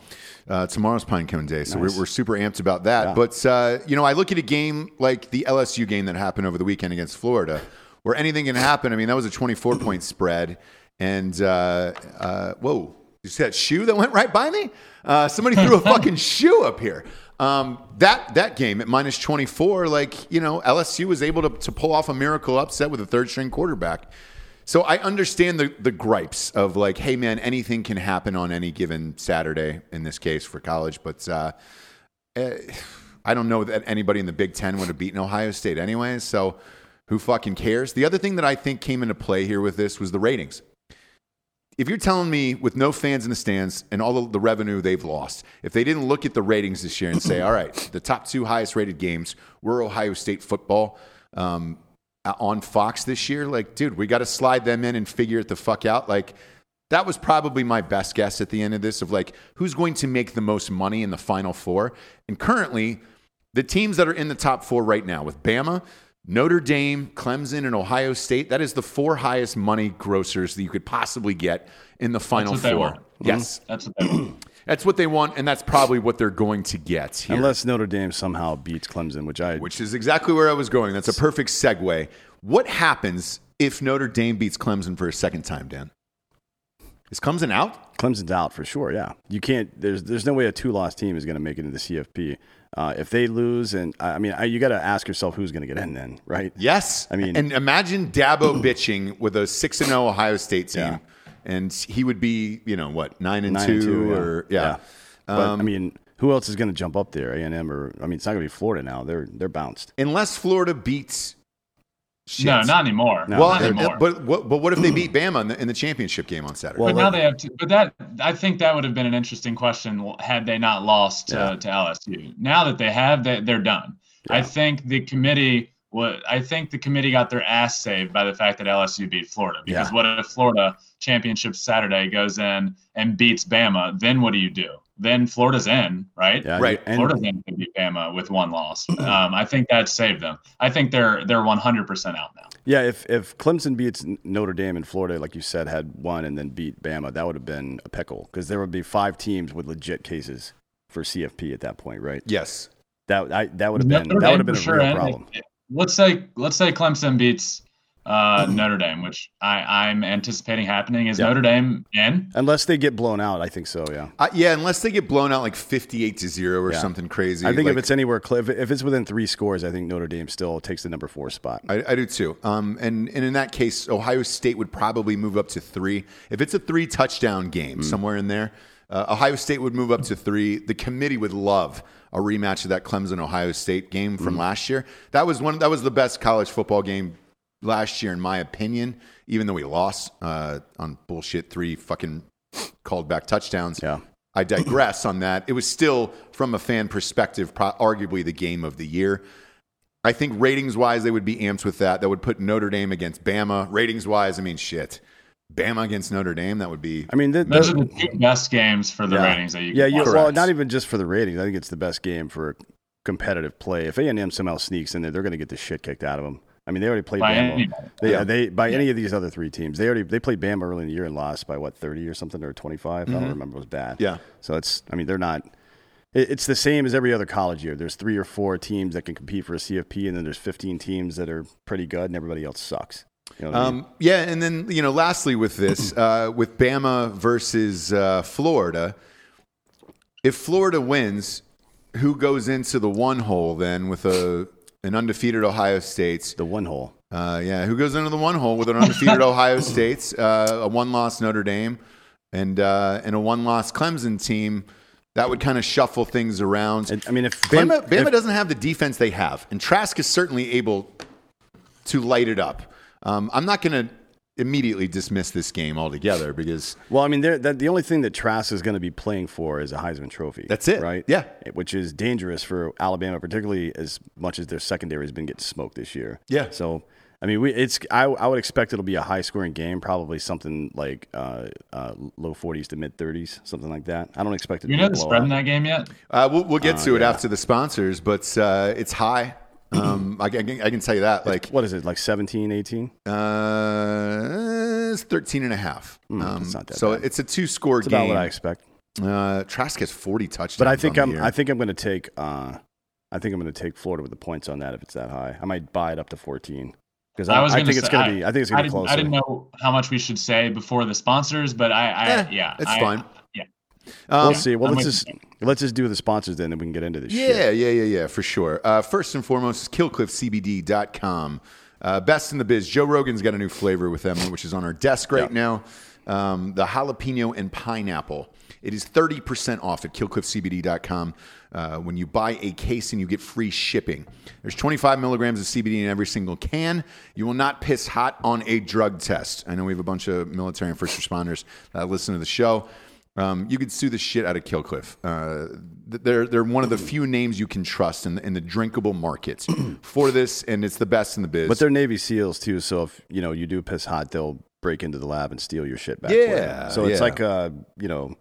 Speaker 3: uh, tomorrow's pine cone day so
Speaker 4: Nice.
Speaker 3: we're, we're super amped about that
Speaker 4: Yeah.
Speaker 3: but uh, you know I look at a game like the LSU game that happened over the weekend against Florida where anything can happen I mean that was a 24 point spread and uh, uh, whoa you see that shoe that went right by me uh, somebody threw a fucking shoe up here um, that that game at minus 24 like you know LSU was able to, to pull off a miracle upset with a third string quarterback so I understand the the gripes of like, hey man, anything can happen on any given Saturday in this case for college, but uh, eh, I don't know that anybody in the Big Ten would have beaten Ohio State anyway. So who fucking cares? The other thing that I think came into play here with this was the ratings. If you're telling me with no fans in the stands and all the, the revenue they've lost, if they didn't look at the ratings this year and say, all right, the top two highest rated games were Ohio State football, um, uh, on Fox this year. Like, dude, we got to slide them in and figure it the fuck out. Like, that was probably my best guess at the end of this of like who's going to make the most money in the final four. And currently, The teams that are in the top four right now with Bama, Notre Dame, Clemson, and Ohio State, that is the four highest money grossers that you could possibly get in the final
Speaker 5: what they Mm-hmm.
Speaker 3: four.
Speaker 5: were.
Speaker 3: Yes.
Speaker 5: That's what they want.
Speaker 3: That's what they want, and that's probably what they're going to get here.
Speaker 4: Unless Notre Dame somehow beats Clemson, which I
Speaker 3: which is exactly where I was going. That's a perfect segue. What happens if Notre Dame beats Clemson for a second time, Dan? Is Clemson out?
Speaker 4: Clemson's out for sure. Yeah, you can't. There's there's no way a two loss team is going to make it into the CFP. Uh, if they lose, and I I mean, I, you got to ask yourself who's going to get in then, right?
Speaker 3: Yes.
Speaker 4: I mean-
Speaker 3: and imagine Dabo bitching with a six and zero Ohio State team, and he would be, you know, what nine and,
Speaker 4: Nine
Speaker 3: two,
Speaker 4: and two, yeah.
Speaker 3: or yeah. Um,
Speaker 4: But I mean, who else is going to jump up there? A and M or I mean, it's not going to be Florida now. They're they're bounced.
Speaker 3: Unless Florida beats. Shit.
Speaker 5: No, not anymore.
Speaker 3: well.
Speaker 5: not
Speaker 3: and-
Speaker 5: anymore.
Speaker 3: but what? But what if they beat Bama in the, in the championship game on Saturday?
Speaker 4: Well,
Speaker 5: But now they have to. But that I think that would have been an interesting question had they not lost to, to LSU. Now that they have, they, they're done. I think the committee. What I think the committee got their ass saved by the fact that LSU beat Florida. Because
Speaker 4: Yeah.
Speaker 5: what if Florida championship Saturday goes in and beats Bama? Then what do you do? Then Florida's in, right?
Speaker 4: Yeah,
Speaker 3: Right.
Speaker 4: And
Speaker 5: Florida's in to beat Bama with one loss. Um, I think that saved them. I think they're they're 100% out now.
Speaker 4: yeah, if if Clemson beats N- Notre Dame and Florida, like you said, had one and then beat Bama, that would have been a pickle because there would be five teams with legit cases for CFP at that point, right?
Speaker 3: yes.
Speaker 4: That I, that would have
Speaker 5: Notre
Speaker 4: been that would have
Speaker 5: Dame
Speaker 4: been a
Speaker 5: for
Speaker 4: real
Speaker 5: and
Speaker 4: problem.
Speaker 5: if- Let's say let's say Clemson beats uh, Notre Dame, which I, I'm anticipating happening. Is
Speaker 4: Mm. Yeah.
Speaker 5: Notre Dame in?
Speaker 4: Unless they get blown out, I think so. Yeah.
Speaker 3: Uh, yeah, unless they get blown out like fifty-eight to zero or
Speaker 4: Yeah.
Speaker 3: something crazy.
Speaker 4: I think
Speaker 3: like,
Speaker 4: if it's anywhere, cl- if if it's within three scores, I think Notre Dame still takes the number four spot.
Speaker 3: I, I do too. Um, and, and in that case, Ohio State would probably move up to three. If it's a three touchdown game somewhere in there, uh, Ohio State would move up to three. The committee would love a rematch of that Clemson Ohio State game from last year. That was one. That was the best college football game last year, in my opinion. Even though we lost uh, on bullshit three fucking called back touchdowns.
Speaker 4: Yeah.
Speaker 3: I digress on that. It was still, from a fan perspective, pro- arguably the game of the year. I think ratings wise, they would be amped with that. That would put Notre Dame against Bama. Ratings wise, I mean, shit. Bama against Notre Dame, that would be.
Speaker 4: I mean, the,
Speaker 5: Those are the
Speaker 4: the,
Speaker 5: two best games for the
Speaker 4: Yeah.
Speaker 5: ratings that you.
Speaker 4: yeah,
Speaker 5: can
Speaker 4: you,
Speaker 5: watch.
Speaker 4: well, not even just for the ratings. I think it's the best game for competitive play. If A and M somehow sneaks in there, they're going to get the shit kicked out of them. I mean, they already played
Speaker 5: By
Speaker 4: Bama.
Speaker 5: anybody.
Speaker 4: They,
Speaker 3: Yeah.
Speaker 4: they by any of these other three teams, they already they played Bama early in the year and lost by what thirty or something or twenty I don't remember. It was bad.
Speaker 3: Mm-hmm. Yeah.
Speaker 4: So it's I mean they're not. it- It's the same as every other college year. There's three or four teams that can compete for a CFP, and then there's 15 teams that are pretty good, and everybody else sucks. You know what I mean?
Speaker 3: Um, yeah, and then, you know, lastly with this, uh, with Bama versus uh, Florida, if Florida wins, who goes into the one hole then with a, an undefeated Ohio State's?
Speaker 4: the one hole.
Speaker 3: Uh, yeah, who goes into the one hole with an undefeated Ohio State's, uh, a one-loss Notre Dame, and uh, and a one-loss Clemson team? That would kind of shuffle things around.
Speaker 4: And, I mean, if Clem-
Speaker 3: Bama, Bama
Speaker 4: if-
Speaker 3: doesn't have the defense they have, and Trask is certainly able to light it up. Um, I'm not going to immediately dismiss this game altogether because
Speaker 4: Well, I mean, they're- that, the only thing that Trask is going to be playing for is a Heisman Trophy.
Speaker 3: That's it.
Speaker 4: right? Eh,
Speaker 3: Yeah.
Speaker 4: which is dangerous for Alabama, particularly as much as their secondary has been getting smoked this year.
Speaker 3: Yeah.
Speaker 4: So, I mean, we it's I, I would expect it'll be a high scoring game, probably something like uh, uh, low forties to mid thirties, something like that. I don't expect it.
Speaker 5: You
Speaker 4: to
Speaker 5: know
Speaker 4: be
Speaker 5: the
Speaker 4: a
Speaker 5: spread in
Speaker 4: blowout.
Speaker 5: that game yet?
Speaker 3: uh, we'll, we'll
Speaker 4: Oh,
Speaker 3: get to it after the sponsors, but uh, it's high. Um, I, can- I can tell you that. Like
Speaker 4: What is it like 17, 18?
Speaker 3: Uh, it's 13 and a half. um,
Speaker 4: Hmm, that's not that
Speaker 3: so
Speaker 4: bad.
Speaker 3: it's a two score
Speaker 4: That's
Speaker 3: game.
Speaker 4: about what I expect.
Speaker 3: uh, Trask has 40 touchdowns.
Speaker 4: But I think
Speaker 3: on the
Speaker 4: I'm
Speaker 3: year.
Speaker 4: I think I'm going to take uh, I think I'm going to take Florida with the points on that if it's that high. I might buy it up to fourteen because I,
Speaker 5: I was
Speaker 4: I
Speaker 5: gonna
Speaker 4: think it's
Speaker 5: say-
Speaker 4: going to be I think it's
Speaker 5: I
Speaker 4: going to be
Speaker 5: didn't,
Speaker 4: close.
Speaker 5: I didn't know how much we should say before the sponsors, but I, I
Speaker 3: Eh,
Speaker 5: yeah,
Speaker 3: it's
Speaker 5: I-
Speaker 3: fine.
Speaker 5: Yeah,
Speaker 3: Um,
Speaker 4: we'll see. Well,
Speaker 5: I'm
Speaker 4: let's
Speaker 5: with
Speaker 4: just let's just do the sponsors then, then we can get into this. shit.
Speaker 3: Yeah, yeah, yeah, yeah, for sure. Uh, first and foremost is killcliffcbd.com. Uh, best in the biz. Joe Rogan's got a new flavor with them, which is on our desk right now. Um, the jalapeno and pineapple. It is 30% off at killcliffcbd.com. Uh, when you buy a case and you get free shipping, there's 25 milligrams of CBD in every single can. You will not piss hot on a drug test. I know we have a bunch of military and first responders that listen to the show. Um, you could sue the shit out of Killcliff. Uh, th- they're they're one of the few names you can trust in the, in the drinkable market for this, and it's the best in the biz.
Speaker 4: but they're Navy SEALs too, so if you know you do piss hot, they'll break into the lab and steal your shit back.
Speaker 3: Yeah,
Speaker 4: later. so it's
Speaker 3: yeah.
Speaker 4: like uh, you know,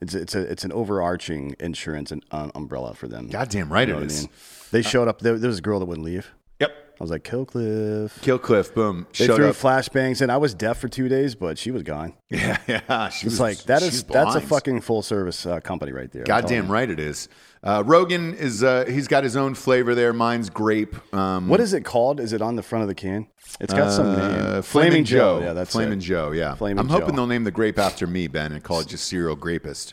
Speaker 4: It's it's a it's an overarching insurance and um, umbrella for them.
Speaker 3: Goddamn right
Speaker 4: You know
Speaker 3: it
Speaker 4: what I
Speaker 3: is. Uh,
Speaker 4: mean? They showed up. There, there was a girl that wouldn't leave.
Speaker 3: Yep.
Speaker 4: I was like, Killcliff.
Speaker 3: Killcliff, boom.
Speaker 4: They
Speaker 3: Shut
Speaker 4: threw
Speaker 3: up.
Speaker 4: flashbangs in. I was deaf for two days, but she was gone.
Speaker 3: yeah, yeah. She
Speaker 4: It's
Speaker 3: was
Speaker 4: like that
Speaker 3: she
Speaker 4: is
Speaker 3: was
Speaker 4: that's a
Speaker 3: blind.
Speaker 4: fucking full service uh, company right there. I'm telling
Speaker 3: Goddamn
Speaker 4: you.
Speaker 3: right it is. Uh, Rogan is uh, he's got his own flavor there. Mine's grape. Um,
Speaker 4: What is it called? Is it on the front of the can? It's got some name.
Speaker 3: Uh,
Speaker 4: Flaming,
Speaker 3: Flamin' Joe.
Speaker 4: Yeah, that's
Speaker 3: Flamin'
Speaker 4: it.
Speaker 3: Joe. Yeah,
Speaker 4: Flamin'
Speaker 3: I'm hoping
Speaker 4: Joe.
Speaker 3: they'll name the grape after me, Ben, and call it just Serial Grapist.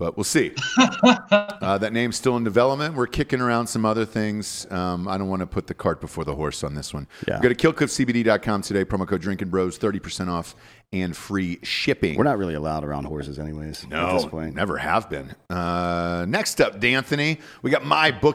Speaker 3: But we'll see. uh, that name's still in development. We're kicking around some other things. Um, I don't want to put the cart before the horse on this one.
Speaker 4: Yeah.
Speaker 3: Go to killcliffcbd.com today. Promo code Drinking Bros, thirty percent off and free shipping.
Speaker 4: We're not really allowed around horses, anyways.
Speaker 3: No,
Speaker 4: at this point.
Speaker 3: never have been. Uh, next up, D'Anthony, we got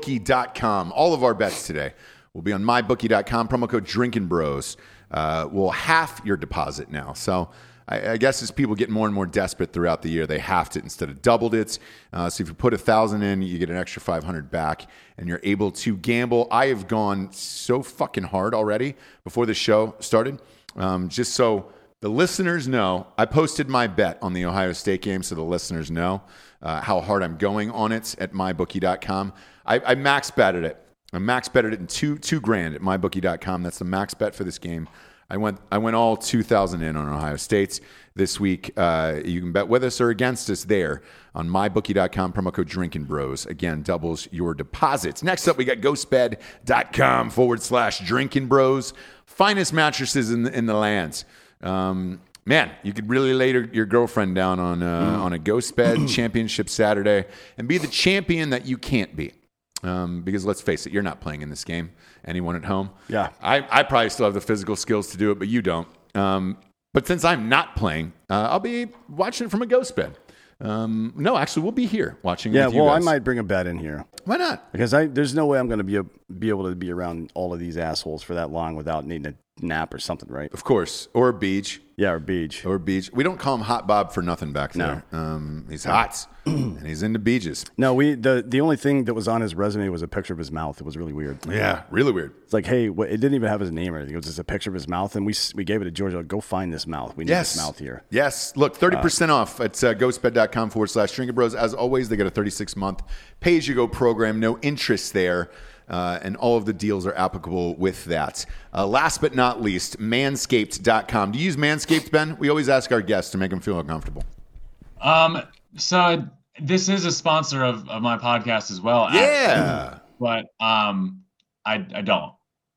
Speaker 3: mybookie.com. All of our bets today will be on mybookie.com. Promo code Drinking Bros uh, will half your deposit now. So. I I guess as people get more and more desperate throughout the year, they halved it instead of doubled it. Uh, so if you put a thousand in, you get an extra five hundred back, and you're able to gamble. I have gone so fucking hard already before the show started, um, just so the listeners know I posted my bet on the Ohio State game, so the listeners know uh, how hard I'm going on it at mybookie.com. I, I max betted it. I max betted it in two two grand at mybookie.com. That's the max bet for this game. I went I went all two thousand in on Ohio State this week. Uh, you can bet with us or against us there on mybookie.com. Promo code Drinking Bros again doubles your deposits. Next up, we got ghostbed.com forward slash Drinking Bros. Finest mattresses in the, in the lands. Um, man, you could really lay your your girlfriend down on uh,
Speaker 4: Mm.
Speaker 3: on a ghost bed championship Saturday and be the champion that you can't be. Um, because let's face it, you're not playing in this game. Anyone at home?
Speaker 4: Yeah.
Speaker 3: I, I probably still have the physical skills to do it, but you don't. Um, but since I'm not playing, uh, I'll be watching it from a ghost bed. Um, no, actually, we'll be here watching. it
Speaker 4: Yeah,
Speaker 3: with you
Speaker 4: well, I
Speaker 3: guys.
Speaker 4: might bring a bet in here
Speaker 3: Why not?
Speaker 4: because I there's no way I'm going to be a, be able to be around all of these assholes for that long without needing a nap or something, right?
Speaker 3: Of course, or a beach,
Speaker 4: Yeah, or beach.
Speaker 3: or a beach. We don't call him Hot Bob for nothing back
Speaker 4: No.
Speaker 3: there. Um, he's hot, and he's into beaches.
Speaker 4: No, we the the only thing that was on his resume was a picture of his mouth. It was really weird.
Speaker 3: Yeah, really weird.
Speaker 4: It's like, hey, what, it didn't even have his name or anything. It was just a picture of his mouth, and we s- we gave it to Georgia. Like, Go find this mouth. We need
Speaker 3: Yes.
Speaker 4: this mouth here.
Speaker 3: Yes. Look, 30% off at uh, ghostbed.com forward slash drinking bros. As always, they got a 36 month pay as you go program, no interest there. Uh, and all of the deals are applicable with that. Uh, last but not least, manscaped.com. Do you use Manscaped, Ben? We always ask our guests to make them feel uncomfortable.
Speaker 5: Um, so this is a sponsor of, of my podcast as well.
Speaker 4: Ah,
Speaker 5: actually,
Speaker 3: Yeah.
Speaker 5: but um, I I don't.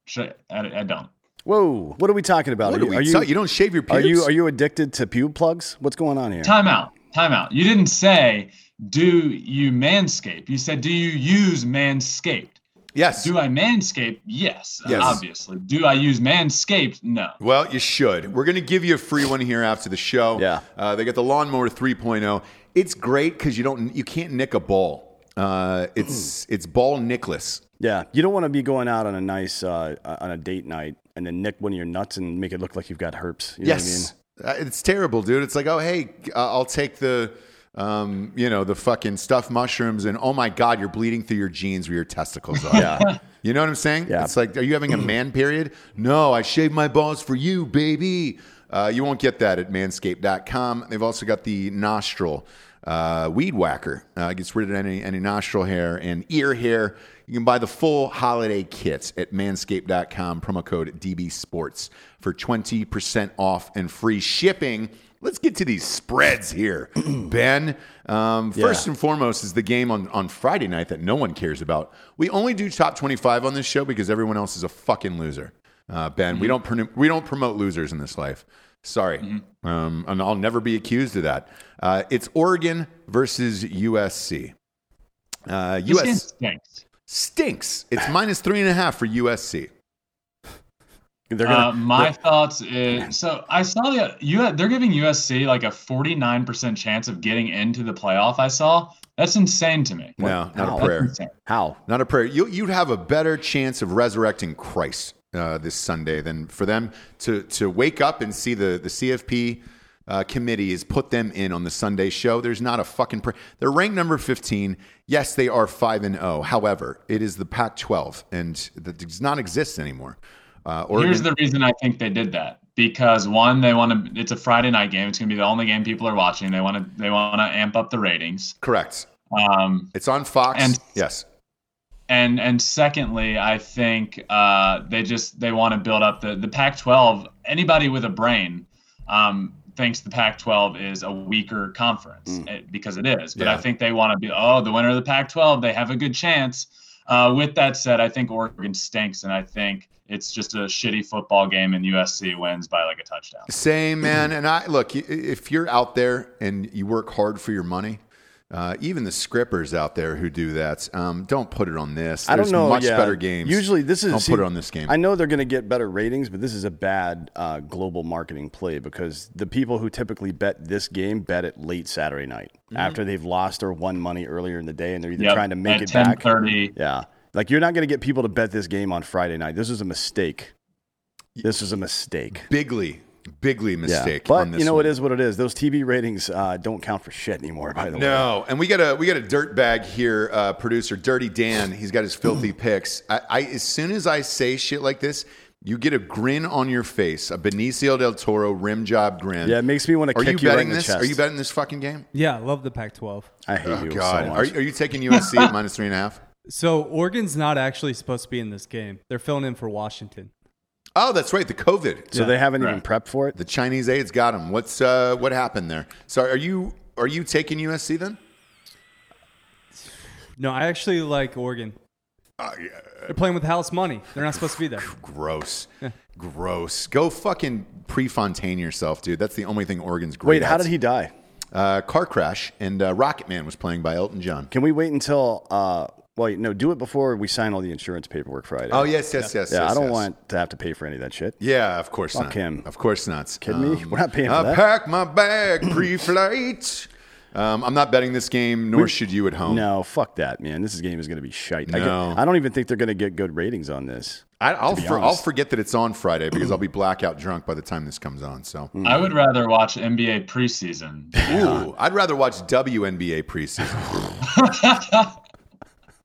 Speaker 5: Should, I, I don't.
Speaker 4: Whoa, what are we talking about?
Speaker 3: What
Speaker 4: are
Speaker 3: do
Speaker 4: you,
Speaker 3: we
Speaker 4: are you,
Speaker 3: tell- you don't shave your
Speaker 4: are
Speaker 3: pubes?
Speaker 4: you are you addicted to pube plugs? What's going on here?
Speaker 5: Time out. Time out. You didn't say, do you manscape? You said, do you use manscaped?
Speaker 3: yes.
Speaker 5: Do I manscape? Yes,
Speaker 3: Yes.
Speaker 5: obviously. Do I use manscaped? No.
Speaker 3: Well, you should. We're going to give you a free one here after the show.
Speaker 4: Yeah.
Speaker 3: Uh, they got the lawnmower 3.0. It's great because you don't you can't nick a ball. Uh,
Speaker 4: Hmm.
Speaker 3: it's it's ball nickless.
Speaker 4: Yeah, you don't want to be going out on a nice uh, on a date night and then nick one of your nuts and make it look like you've got herpes. You know what I mean?
Speaker 3: yes. Uh, It's terrible, dude. It's like, oh hey, uh, I'll take the um, you know the fucking stuffed mushrooms and oh my god, you're bleeding through your jeans where your testicles are.
Speaker 4: Yeah.
Speaker 3: You know what I'm saying?
Speaker 4: Yeah.
Speaker 3: It's like, are you having a man period? No, I shaved my balls for you, baby. Uh, you won't get that at manscaped.com. They've also got the nostril uh, weed whacker. Uh, it gets rid of any, any nostril hair and ear hair. You can buy the full holiday kit at manscaped.com, promo code DB Sports for 20% off and free shipping. Let's get to these spreads here, Ben. Um, first
Speaker 4: Yeah.
Speaker 3: and foremost is the game on, on Friday night that no one cares about. We only do top 25 on this show because everyone else is a fucking loser. Uh, ben,
Speaker 4: Mm-hmm.
Speaker 3: we, don't prom- we don't promote losers in this life. Sorry.
Speaker 4: Mm-hmm.
Speaker 3: Um, and I'll never be accused of that. Uh, it's Oregon versus USC. Uh,
Speaker 5: This
Speaker 3: US
Speaker 5: game stinks.
Speaker 3: stinks. It's minus three and a half for USC.
Speaker 4: They're gonna,
Speaker 5: Uh, my thoughts is so I saw that you they're giving USC like a 49% chance of getting into the playoff. I saw that's insane to me.
Speaker 3: No, not
Speaker 4: Wow.
Speaker 3: a prayer.
Speaker 5: Insane.
Speaker 4: how?
Speaker 3: Not a prayer. You, you'd have a better chance of resurrecting Christ uh, this Sunday than for them to to wake up and see the the CFP uh, committee has put them in on the Sunday show. There's not a fucking prayer. They're ranked number 15. Yes, they are five and zero. However, it is the Pac-12, and that does not exist anymore. Uh, Oregon,
Speaker 5: Here's the reason I think they did that. because one, they want to. It's a Friday night game. It's going to be the only game people are watching. They want to. They want to amp up the ratings.
Speaker 3: Correct.
Speaker 5: Um,
Speaker 3: It's on Fox.
Speaker 5: And-
Speaker 3: yes.
Speaker 5: and and secondly, I think uh, they just they want to build up the the Pac-12. Anybody with a brain um, thinks the Pac-12 is a weaker conference
Speaker 4: Mm.
Speaker 5: it, because it is. But
Speaker 3: Yeah.
Speaker 5: I think they want to be oh the winner of the Pac-12 they have a good chance. Uh, with that said, I think Oregon stinks, and I think it's just a shitty football game, and USC wins by like a touchdown.
Speaker 4: Mm-hmm.
Speaker 3: Same man. And I look, y- if you're out there and you work hard for your money, uh, even the scrippers out there who do that, um, don't put it on this.
Speaker 4: I don't
Speaker 3: There's
Speaker 4: know.
Speaker 3: Much
Speaker 4: yeah.
Speaker 3: better games.
Speaker 4: Usually, this is.
Speaker 3: Don't
Speaker 4: see,
Speaker 3: put it on this game.
Speaker 4: I know they're going to get better ratings, but this is a bad uh, global marketing play because the people who typically bet this game bet it late Saturday night after they've lost or won money earlier in the day, and they're either
Speaker 5: Mm-hmm. Yep,
Speaker 4: trying to make
Speaker 5: at
Speaker 4: it back.
Speaker 5: 10:30.
Speaker 4: Yeah, like you're not going to get people to bet this game on Friday night. This is a mistake. This is a mistake.
Speaker 3: Bigly, bigly mistake.
Speaker 4: Yeah. But
Speaker 3: on this
Speaker 4: you know
Speaker 3: one.
Speaker 4: it is what it is. Those TV ratings uh, don't count for shit anymore. By the way,
Speaker 3: No, and we got a we got a dirt bag here, uh, producer Dirty Dan. He's got his filthy picks. I, I as soon as I say shit like this, you get a grin on on your face, a Benicio del Toro rim job grin.
Speaker 4: Yeah, it makes me want to
Speaker 3: Are
Speaker 4: kick
Speaker 3: you
Speaker 4: you right
Speaker 3: betting
Speaker 4: in the
Speaker 3: this?
Speaker 4: chest.
Speaker 3: Are you betting this fucking game?
Speaker 6: Yeah, I love the Pac-12.
Speaker 4: I hate
Speaker 3: Oh
Speaker 4: you
Speaker 3: God,
Speaker 4: so much.
Speaker 3: are, you- are you taking USC at minus three and a half?
Speaker 6: So Oregon's not actually supposed to be in this game. They're filling in for Washington.
Speaker 3: Oh, that's right, the COVID,
Speaker 4: so they haven't even
Speaker 5: Right.
Speaker 4: prepped for it.
Speaker 3: the Chinese AIDS got him. What's uh, what happened there? So are you are you taking USC then?
Speaker 6: No, I actually like Oregon.
Speaker 3: Ah,
Speaker 6: They're playing with house money. They're not supposed to be there.
Speaker 3: Gross. Gross. Go fucking pre-Fontaine yourself, dude. That's the only thing Oregon's great.
Speaker 4: Wait, how
Speaker 3: at.
Speaker 4: did he die?
Speaker 3: uh, car crash, and uh, Rocket Man was playing by Elton John.
Speaker 4: Can we wait until? Uh, well, no, do it before we sign all the insurance paperwork Friday.
Speaker 3: Oh yes, yes, yes.
Speaker 4: yeah.
Speaker 3: yes,
Speaker 4: I don't
Speaker 3: yes.
Speaker 4: want to have to pay for any of that shit.
Speaker 3: Yeah, of course
Speaker 4: Fuck
Speaker 3: not.
Speaker 4: him.
Speaker 3: Of course not. Um,
Speaker 4: Kidding me? We're not paying for
Speaker 3: I
Speaker 4: that.
Speaker 3: pack my bag pre-flight. Um, I'm not betting this game, nor should you at home.
Speaker 4: No, fuck that, man. This game is going to be shite. I,
Speaker 3: No.
Speaker 4: get- I don't even think they're going to get good ratings on this.
Speaker 3: I, I'll for, I'll
Speaker 4: honest.
Speaker 3: forget that it's on Friday because I'll be blackout drunk by the time this comes on. So,
Speaker 4: Mm.
Speaker 5: I would rather watch NBA preseason.
Speaker 3: ooh, I'd rather watch WNBA preseason.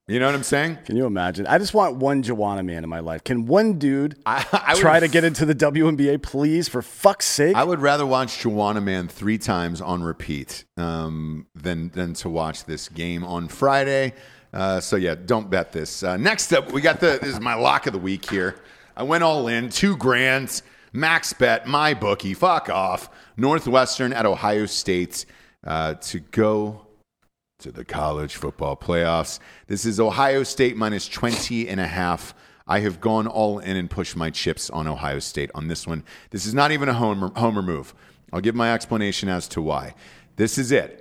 Speaker 3: you know what I'm saying?
Speaker 4: Can you imagine? I just want one Joanna man in my life. Can one dude
Speaker 3: I, I would-
Speaker 4: try to get into the WNBA, please? For fuck's sake.
Speaker 3: I would rather watch Joanna Man three times on repeat um, than than to watch this game on Friday. Uh, so yeah, don't bet this. Uh, next up, we got the this is my lock of the week here. I went all in, two grands, max bet, my bookie. Fuck off, Northwestern at Ohio State uh, to go to the college football playoffs. This is Ohio State minus 20 and a half. I have gone all in and pushed my chips on Ohio State on this one. This is not even a homer, homer move. I'll give my explanation as to why. This is it.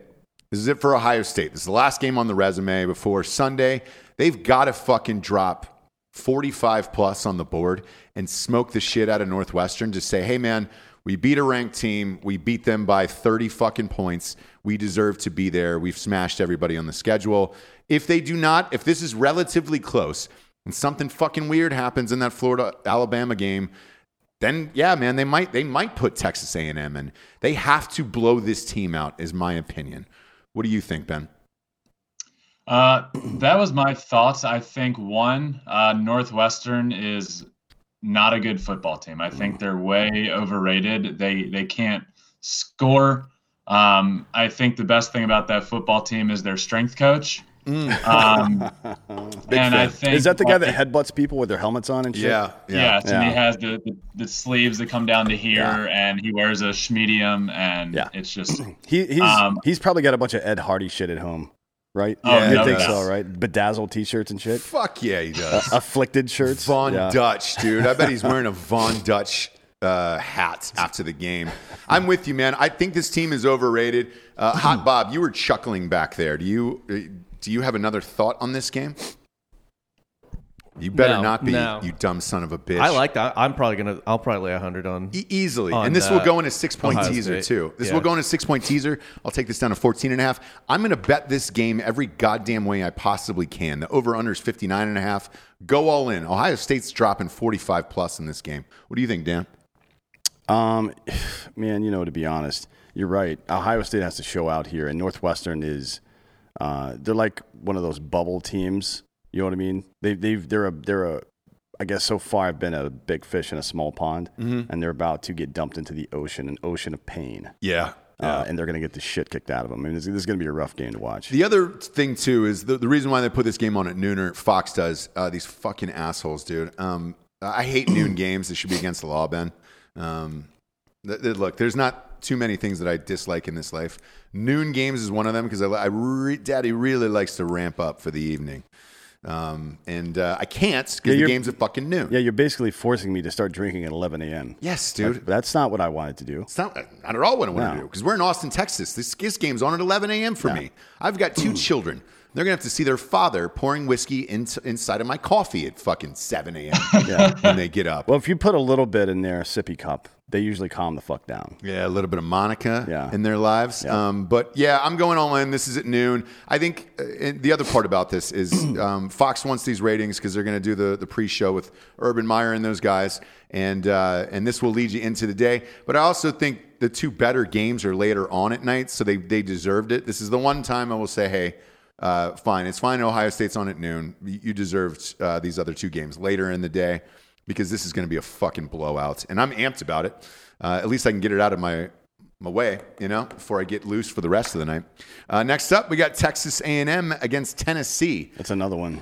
Speaker 3: This is it for Ohio State. This is the last game on the resume before Sunday. They've got to fucking drop 45 plus on the board and smoke the shit out of Northwestern. Just say, hey, man, we beat a ranked team. We beat them by 30 fucking points. We deserve to be there. We've smashed everybody on the schedule. If they do not, if this is relatively close and something fucking weird happens in that Florida Alabama game, then yeah, man, they might they might put Texas A&M in. They have to blow this team out, is my opinion. What do you think, Ben?
Speaker 5: Uh, that was my thoughts. I think one, uh, Northwestern is not a good football team. I think they're way overrated. They they can't score. Um, I think the best thing about that football team is their strength coach. Um, and I
Speaker 3: fan.
Speaker 4: Mm.
Speaker 5: think
Speaker 4: is that the guy that headbutts people with their helmets on and shit?
Speaker 5: Yes, and
Speaker 4: Yeah.
Speaker 5: he has the, the, the sleeves that come down to here, and he wears a schmedium, and
Speaker 4: Yeah.
Speaker 5: it's just
Speaker 4: He, he's
Speaker 5: Um,
Speaker 4: he's probably got a bunch of Ed Hardy shit at home, right?
Speaker 5: Oh, Yeah,
Speaker 4: you
Speaker 5: no
Speaker 4: think
Speaker 5: doubt.
Speaker 4: so, right? Bedazzled T-shirts and shit,
Speaker 3: Fuck yeah, he does.
Speaker 4: afflicted shirts.
Speaker 3: Von
Speaker 4: yeah.
Speaker 3: Dutch, dude. I bet he's wearing a Von Dutch uh, hat after the game. I'm with you, man. I think this team is overrated. Uh, Hot Bob, you were chuckling back there. Do you uh, do you have another thought on this game? You better
Speaker 7: No,
Speaker 3: not be,
Speaker 7: no.
Speaker 3: you dumb son of a bitch.
Speaker 7: I like that. I'm probably gonna. I'll probably lay hundred on.
Speaker 3: E- easily.
Speaker 7: on,
Speaker 3: And this
Speaker 7: uh,
Speaker 3: will go in a six point
Speaker 7: Ohio
Speaker 3: teaser,
Speaker 7: State.
Speaker 3: too. This
Speaker 7: Yeah.
Speaker 3: will go in a six point teaser. I'll take this down to 14 and a half. I'm going to bet this game every goddamn way I possibly can. The over under is 59 and a half. Go all in. Ohio State's dropping 45 plus in this game. What do you think, Dan?
Speaker 4: Um, man, you know, to be honest, you're right. Ohio State has to show out here, and Northwestern is, uh, they're like one of those bubble teams. You know what I mean? They, they've, they're a, they're a I guess so far I've been a big fish in a small pond,
Speaker 3: Mm-hmm.
Speaker 4: and they're about to get dumped into the ocean, an ocean of pain,
Speaker 3: Yeah.
Speaker 4: uh, and they're going to get the shit kicked out of them. I mean, this, this is going to be a rough game to watch.
Speaker 3: The other thing too is the, the reason why they put this game on at noon or Fox does. Uh, these fucking assholes, dude. Um, I hate noon games. This should be against the law, Ben. Um, th- th- look, there's not too many things that I dislike in this life. Noon games is one of them because I, li- I re- Daddy really likes to ramp up for the evening, um, and uh, I can't
Speaker 4: Yeah,
Speaker 3: because the
Speaker 4: you're-
Speaker 3: game's at fucking noon.
Speaker 4: Yeah, you're basically forcing me to start drinking at 11 a.m.
Speaker 3: Yes,
Speaker 4: That-
Speaker 3: dude.
Speaker 4: that's not what I wanted to do.
Speaker 3: It's not, not at all what I want to
Speaker 4: No.
Speaker 3: do because we're in Austin, Texas. This, this game's on at 11 a.m. for me. I've got two children. They're going to have to see their father pouring whiskey in, inside of my coffee at fucking 7 a.m. when they get up.
Speaker 4: Well, if you put a little bit in their sippy cup, they usually calm the fuck down.
Speaker 3: Yeah, a little bit of Monica
Speaker 4: Yeah.
Speaker 3: in their lives.
Speaker 4: Yeah.
Speaker 3: Um, but yeah, I'm going all in. This is at noon. I think uh, and the other part about this is um, Fox wants these ratings because they're going to do the, the pre show with Urban Meyer and those guys. And, uh, and this will lead you into the day. But I also think the two better games are later on at night, so they, they deserved it. This is the one time I will say, hey, uh, fine. It's fine. Ohio State's on at noon. You you deserved uh, these other two games later in the day because this is going to be a fucking blowout, and I'm amped about it. Uh, at least I can get it out of my my way, you know, before I get loose for the rest of the night. Uh, next up, we got Texas A&M against Tennessee.
Speaker 4: That's another one.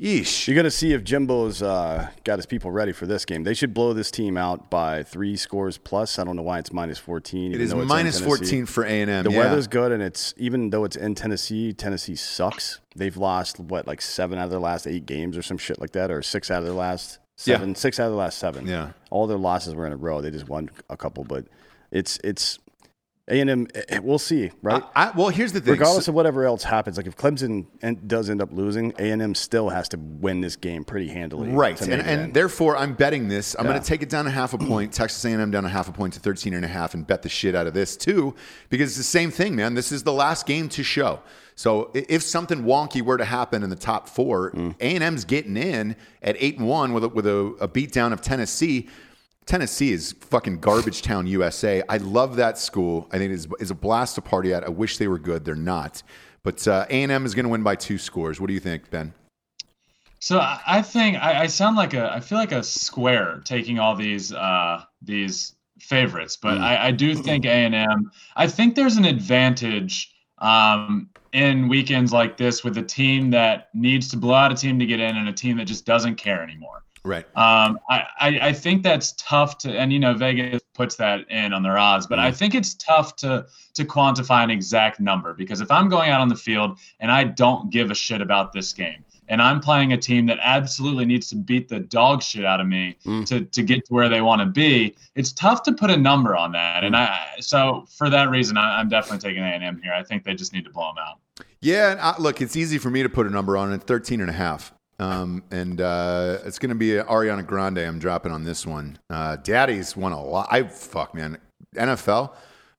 Speaker 3: Yeesh.
Speaker 4: You're going to see if Jimbo's uh, got his people ready for this game. They should blow this team out by three scores plus. I don't know why it's minus 14.
Speaker 3: It
Speaker 4: even
Speaker 3: is
Speaker 4: though it's in
Speaker 3: minus
Speaker 4: Tennessee.
Speaker 3: 14 for A&M.
Speaker 4: The
Speaker 3: yeah.
Speaker 4: weather's good, and it's even though it's in Tennessee, Tennessee sucks. They've lost what like seven out of their last eight games, or some shit like that, or six out of their last
Speaker 3: Yeah.
Speaker 4: seven, six out of the last seven.
Speaker 3: Yeah.
Speaker 4: all their losses were in a row. They just won a couple, but it's it's A and M. eh, We'll see, right?
Speaker 3: I, I- well, here's the thing.
Speaker 4: Regardless of whatever else happens, like if Clemson en- does end up losing, A and M still has to win this game pretty handily,
Speaker 3: Right,
Speaker 4: to
Speaker 3: and,
Speaker 4: make it in.
Speaker 3: and therefore I'm betting this. I'm
Speaker 4: Yeah.
Speaker 3: going to take it down a half a point. Texas A&M down a half a point to 13 and a half, and bet the shit out of this too, because it's the same thing, man. This is the last game to show. So i- if something wonky were to happen in the top four,
Speaker 4: Mm.
Speaker 3: A&M's getting in at eight and one with a, with a, a beatdown of Tennessee. Tennessee is fucking garbage town USA. I love that school. I think it's is a blast to party at. I wish they were good. They're not. But uh, A&M is going to win by two scores. What do you think, Ben?
Speaker 5: So I I think I, I sound like a I feel like a square taking all these uh, these favorites, but I, I do think A and M. I think there's an advantage um, in weekends like this with a team that needs to blow out a team to get in and a team that just doesn't care anymore.
Speaker 3: Right.
Speaker 5: Um, I, I, I think that's tough to, and you know, Vegas puts that in on their odds, but I think it's tough to to quantify an exact number because if I'm going out on the field and I don't give a shit about this game, and I'm playing a team that absolutely needs to beat the dog shit out of me to to get to where they want to be, it's tough to put a number on that. And I so for that reason, I, I'm definitely taking A and M here. I think they just need to blow them out.
Speaker 3: Yeah, and I, look, it's easy for me to put a number on it, 13 and a half. Um, and uh, it's going to be Ariana Grande I'm dropping on this one. Uh, Daddy's won a lot. I fuck, man. NFL,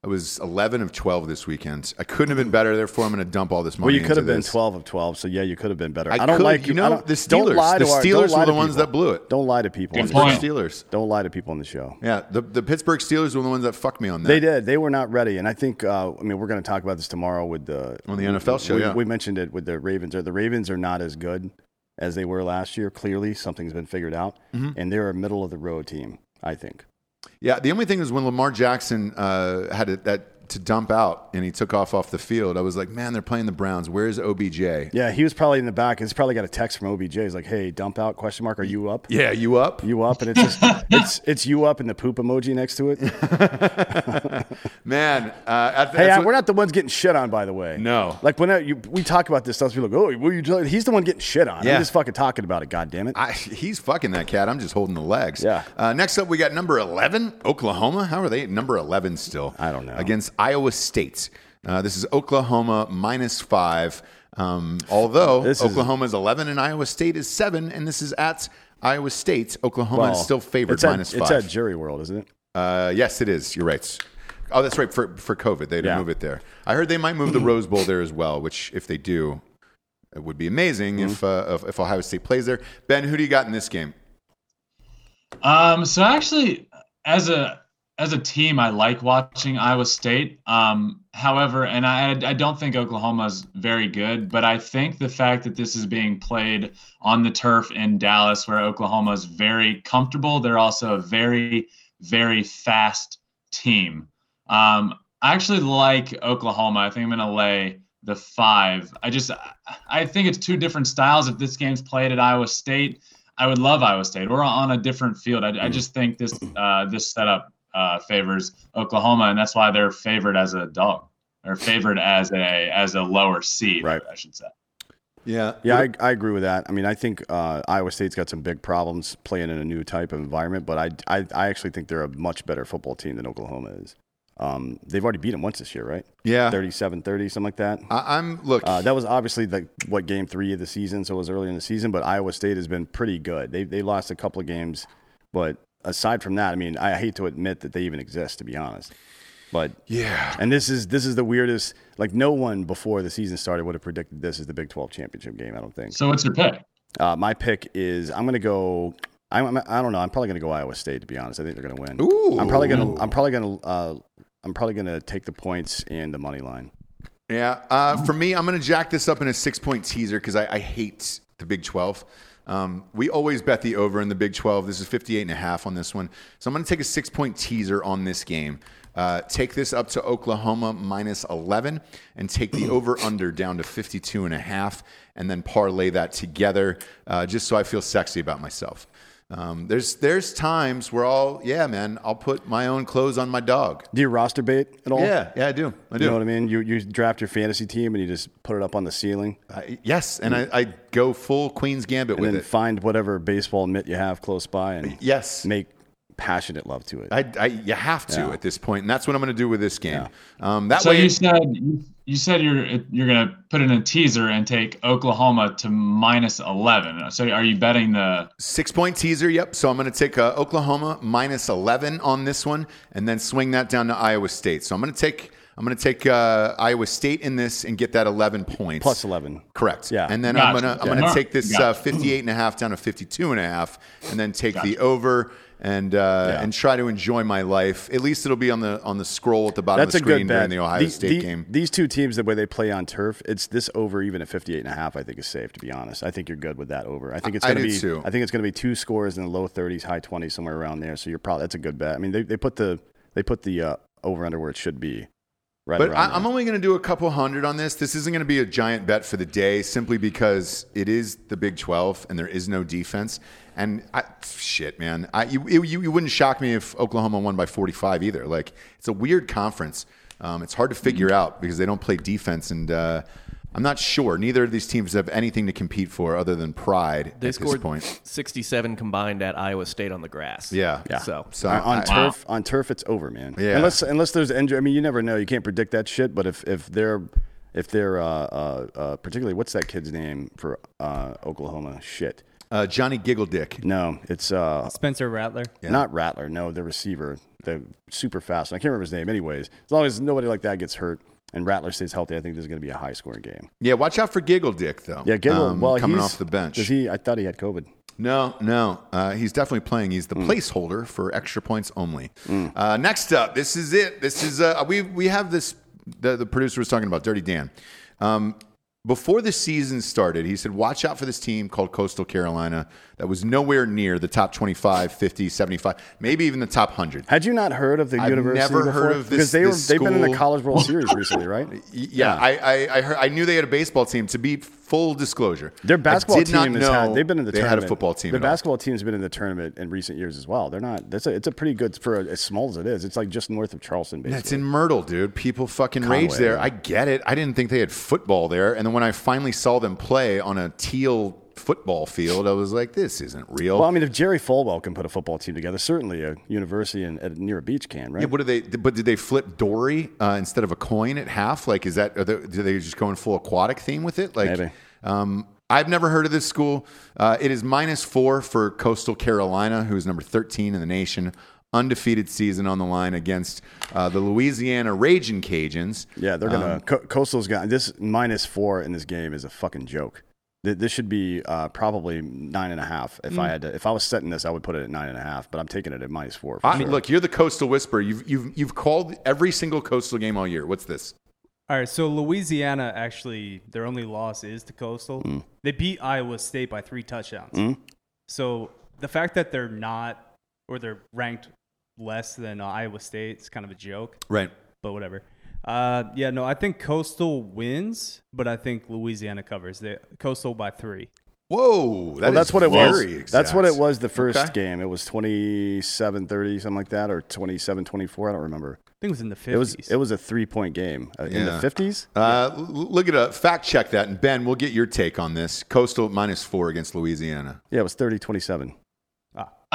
Speaker 3: I was 11 of 12 this weekend. I couldn't have been better. Therefore, I'm going to dump all this money.
Speaker 4: Well, you could
Speaker 3: into
Speaker 4: have been
Speaker 3: this.
Speaker 4: twelve of twelve, so yeah, you could have been better.
Speaker 3: I
Speaker 4: I, don't
Speaker 3: could,
Speaker 4: like
Speaker 3: you know,
Speaker 4: I don't-
Speaker 3: the
Speaker 4: don't
Speaker 3: Steelers-
Speaker 4: lie
Speaker 3: the
Speaker 4: to our- don't
Speaker 3: Steelers
Speaker 4: lie
Speaker 3: were the
Speaker 4: to
Speaker 3: ones
Speaker 4: people.
Speaker 3: that blew it.
Speaker 4: Don't lie to people. on
Speaker 5: Good
Speaker 4: the
Speaker 5: point.
Speaker 4: show.
Speaker 3: Steelers.
Speaker 4: Don't lie to people on the show.
Speaker 3: Yeah, the, the Pittsburgh Steelers were the ones that fucked me on that.
Speaker 4: They did. They were not ready, and I think uh, I mean we're going to talk about this tomorrow with the
Speaker 3: On the NFL show,
Speaker 4: We,
Speaker 3: yeah.
Speaker 4: we mentioned it with the Ravens. Or the Ravens are not as good as they were last year. Clearly, something's been figured out,
Speaker 3: Mm-hmm.
Speaker 4: and they're a middle of the road team. I think.
Speaker 3: Yeah, the only thing is when Lamar Jackson uh, had it, that to dump out and he took off off the field, I was like, man, they're playing the Browns. Where's OBJ?
Speaker 4: Yeah, he was probably in the back. He's probably got a text from OBJ. He's like, "Hey, dump out? Question mark? Are you up?
Speaker 3: Yeah, you up?
Speaker 4: You up?" And it's just it's it's you up and the poop emoji next to it.
Speaker 3: Man, uh, at the,
Speaker 4: Hey,
Speaker 3: that's
Speaker 4: I,
Speaker 3: what-
Speaker 4: we're not the ones getting shit on, by the way.
Speaker 3: No.
Speaker 4: Like when I, you, we talk about this stuff, people like, "Oh, will you?" tell-" He's the one getting shit on.
Speaker 3: Yeah.
Speaker 4: I'm just fucking talking about it. God damn it.
Speaker 3: I, he's fucking that cat. I'm just holding the legs.
Speaker 4: Yeah.
Speaker 3: Uh, next up, we got number 11, Oklahoma. How are they at number 11 still?
Speaker 4: I don't know.
Speaker 3: Against Iowa State. Uh, this is Oklahoma minus five. Um, although
Speaker 4: This is-
Speaker 3: Oklahoma is 11 and Iowa State is seven, and this is at Iowa State. Oklahoma
Speaker 4: Well,
Speaker 3: is still favored
Speaker 4: it's at-
Speaker 3: minus
Speaker 4: It's
Speaker 3: five.
Speaker 4: at Jury World, isn't it?
Speaker 3: Uh, yes, it is. You're right. Oh, that's right. For for COVID, they didn't
Speaker 4: Yeah.
Speaker 3: move it there. I heard they might move the Rose Bowl there as well. Which, if they do, it would be amazing if,
Speaker 4: Mm-hmm.
Speaker 3: uh, if if Ohio State plays there. Ben, who do you got in this game?
Speaker 5: Um, so actually, as a as a team, I like watching Iowa State. Um, however, and I, I don't think Oklahoma's very good, but I think the fact that this is being played on the turf in Dallas, where Oklahoma is very comfortable, they're also a very, very fast team. Um, I actually like Oklahoma. I think I'm going to lay the five. I just, I think it's two different styles. If this game's played at Iowa State, I would love Iowa State or on a different field. I, I just think this uh, this setup uh, favors Oklahoma, and that's why they're favored as a dog or favored as a as a lower seed.
Speaker 4: Right.
Speaker 5: I should say.
Speaker 3: Yeah.
Speaker 4: Yeah, I, I agree with that. I mean, I think uh, Iowa State's got some big problems playing in a new type of environment, but I, I, I actually think they're a much better football team than Oklahoma is. Um, they've already beat them once this year, right?
Speaker 3: Yeah.
Speaker 4: 37 30, something like that.
Speaker 3: I, I'm look.
Speaker 4: Uh, that was obviously the, what game three of the season, so it was early in the season. But Iowa State has been pretty good. They they lost a couple of games, but aside from that, I mean, I hate to admit that they even exist, to be honest. But
Speaker 3: yeah.
Speaker 4: and this is this is the weirdest. Like no one before the season started would have predicted this is the Big Twelve championship game. I don't think.
Speaker 5: So what's your pick?
Speaker 4: Uh, my pick is I'm gonna go. I'm, I'm- I don't know. I'm probably gonna go Iowa State to be honest. I think they're gonna win.
Speaker 3: Ooh.
Speaker 4: I'm probably gonna. I'm probably gonna. Uh, I'm probably gonna take the points and the money line.
Speaker 3: Yeah. Uh, for me, I'm going to jack this up in a six point teaser because I, I hate the Big 12. Um, we always bet the over in the Big 12. This is 58 and a half on this one. So I'm going to take a six point teaser on this game. Uh, take this up to Oklahoma minus 11 and take the over under down to 52 and a half and then parlay that together uh, just so I feel sexy about myself. Um, there's there's times where I'll yeah man I'll put my own clothes on my dog
Speaker 4: Do you roster bait at all?
Speaker 3: yeah yeah I do I do
Speaker 4: You know what I mean? You you draft your fantasy team and you just put it up on the ceiling
Speaker 3: I, yes, and I, I go full Queen's Gambit
Speaker 4: and
Speaker 3: with
Speaker 4: then
Speaker 3: it.
Speaker 4: find whatever baseball mitt you have close by and
Speaker 3: yes,
Speaker 4: make passionate love to it.
Speaker 3: I, I, you have to
Speaker 4: Yeah.
Speaker 3: at this point, and that's what I'm going to do with this game. Um, that
Speaker 5: So
Speaker 3: way,
Speaker 5: you said you said you're you're gonna put in a teaser and take Oklahoma to minus eleven. So are you betting the?
Speaker 3: six point teaser. Yep. So I'm going to take uh, Oklahoma minus 11 on this one, and then swing that down to Iowa State. So I'm going to take I'm going to take uh, Iowa State in this and get that 11 points
Speaker 4: Plus eleven.
Speaker 3: Correct.
Speaker 4: Yeah.
Speaker 3: And then I'm gonna
Speaker 5: Gotcha.
Speaker 3: I'm
Speaker 5: Yeah.
Speaker 3: gonna take this
Speaker 5: Gotcha.
Speaker 3: uh, 58 and a half down to 52 and a half, and then take the over and uh,
Speaker 4: Yeah.
Speaker 3: and try to enjoy my life. At least it'll be on the on the scroll at the bottom
Speaker 4: That's a
Speaker 3: of the screen
Speaker 4: good bet.
Speaker 3: during the Ohio
Speaker 4: The-
Speaker 3: State
Speaker 4: the-
Speaker 3: game.
Speaker 4: These two teams, the way they play on turf, it's this over even at 58 and a half, I think is safe to be honest. I think you're good with that over. I think it's
Speaker 3: I
Speaker 4: going to
Speaker 3: do
Speaker 4: be
Speaker 3: too.
Speaker 4: I think it's going to be two scores in the low 30s, high 20s somewhere around there. So you're probably that's a good bet. I mean, they, they put the they put the uh, over under where it should be. Right
Speaker 3: But
Speaker 4: around
Speaker 3: I,
Speaker 4: there.
Speaker 3: I'm only going to do a couple hundred on this. This isn't going to be a giant bet for the day, simply because it is the Big 12 and there is no defense. And I, shit, man, I, you, you, you wouldn't shock me if Oklahoma won by 45 either. Like it's a weird conference. Um, it's hard to figure out because they don't play defense, and uh, I'm not sure. Neither of these teams have anything to compete for other than pride
Speaker 7: They
Speaker 3: at
Speaker 7: scored
Speaker 3: this point.
Speaker 7: 67 combined at Iowa State on the grass.
Speaker 3: Yeah. Yeah.
Speaker 7: So
Speaker 3: So
Speaker 4: on, on
Speaker 3: I-
Speaker 4: turf, on turf, it's over, man.
Speaker 3: Yeah.
Speaker 4: Unless unless there's injury. I mean, you never know. You can't predict that shit. But if if they're if they're uh, uh, uh, particularly what's that kid's name for uh, Oklahoma? Shit.
Speaker 3: uh, Johnny Giggledick.
Speaker 4: No, it's uh,
Speaker 6: Spencer Rattler.
Speaker 4: not Rattler. No, the receiver, the super fast. one. I can't remember his name. Anyways, as long as nobody like that gets hurt and Rattler stays healthy, I think this is going to be a high scoring game.
Speaker 3: Yeah, watch out for Giggledick though.
Speaker 4: Yeah, Giggle.
Speaker 3: um,
Speaker 4: well,
Speaker 3: coming
Speaker 4: he's-
Speaker 3: off the bench.
Speaker 4: Does he? I thought he had COVID.
Speaker 3: No, no. Uh, he's definitely playing. He's the placeholder for extra points only. Uh, next up, this is it. This is uh, we we have this. The, the producer was talking about Dirty Dan. Um, before the season started, he said, "Watch out for this team called Coastal Carolina that was nowhere near the top 25, 50, 75, maybe even the top 100."
Speaker 4: Had you not heard of the
Speaker 3: I've
Speaker 4: university?
Speaker 3: never heard
Speaker 4: before?
Speaker 3: of this-
Speaker 4: because they were
Speaker 3: this
Speaker 4: they've been in the
Speaker 3: school.
Speaker 4: College World Series recently, right?
Speaker 3: Y- Yeah, I, I I, heard, I knew they had a baseball team. To be full disclosure,
Speaker 4: Their basketball
Speaker 3: I did
Speaker 4: team
Speaker 3: not
Speaker 4: has
Speaker 3: know
Speaker 4: had, they've been in the
Speaker 3: they
Speaker 4: tournament.
Speaker 3: had a football team.
Speaker 4: Their
Speaker 3: at all.
Speaker 4: basketball team's been in the tournament in recent years as well. They're not. That's a, it's a pretty good for a, as small as it is. It's like just north of Charleston, basically.
Speaker 3: That's in Myrtle, dude. People fucking rage
Speaker 4: Conway,
Speaker 3: there.
Speaker 4: yeah.
Speaker 3: I get it. I didn't think they had football there. And then when I finally saw them play on a teal football field, I was like, this isn't real.
Speaker 4: well, I mean, if Jerry Falwell can put a football team together, certainly a university and at, near a beach can, right?
Speaker 3: yeah, what do they? But did they flip Dory uh, instead of a coin at half? Like, is that? Are they, do they just go in full aquatic theme with it? Like,
Speaker 4: Maybe.
Speaker 3: Um, I've never heard of this school. Uh, it is minus four for Coastal Carolina, who is number 13 in the nation. Undefeated season on the line against uh, the Louisiana Raging Cajuns. Um,
Speaker 4: yeah, they're gonna Co- Coastal's got this minus four in this game is a fucking joke. Th- This should be uh, probably nine and a half. If
Speaker 3: Hmm.
Speaker 4: I had to, if I was setting this, I would put it at nine and a half. But I'm taking it at minus four. For
Speaker 3: I
Speaker 4: sure.
Speaker 3: mean, look, you're the coastal whisperer. You've you've you've called every single coastal game all year. What's this?
Speaker 6: All right, so Louisiana actually their only loss is to Coastal.
Speaker 3: Mm.
Speaker 6: They beat Iowa State by three touchdowns. So the fact that they're not or they're ranked less than uh, Iowa State is kind of a joke,
Speaker 3: Right.
Speaker 6: but whatever. Uh, yeah, no, I think Coastal wins, but I think Louisiana covers. They, Coastal by three.
Speaker 3: Whoa.
Speaker 4: well, that's what it was.
Speaker 3: Exact.
Speaker 4: That's what it was the first
Speaker 3: Okay.
Speaker 4: game. It was 27 30, something like that, or 27 24. I don't remember.
Speaker 6: I think it was in the fifties.
Speaker 4: It was it was a three point game uh, in the
Speaker 3: Yeah.
Speaker 4: 50s.
Speaker 3: Uh, l- look at a fact check that, and Ben, we'll get your take on this. Coastal minus four against Louisiana.
Speaker 4: Yeah, it was 30 27.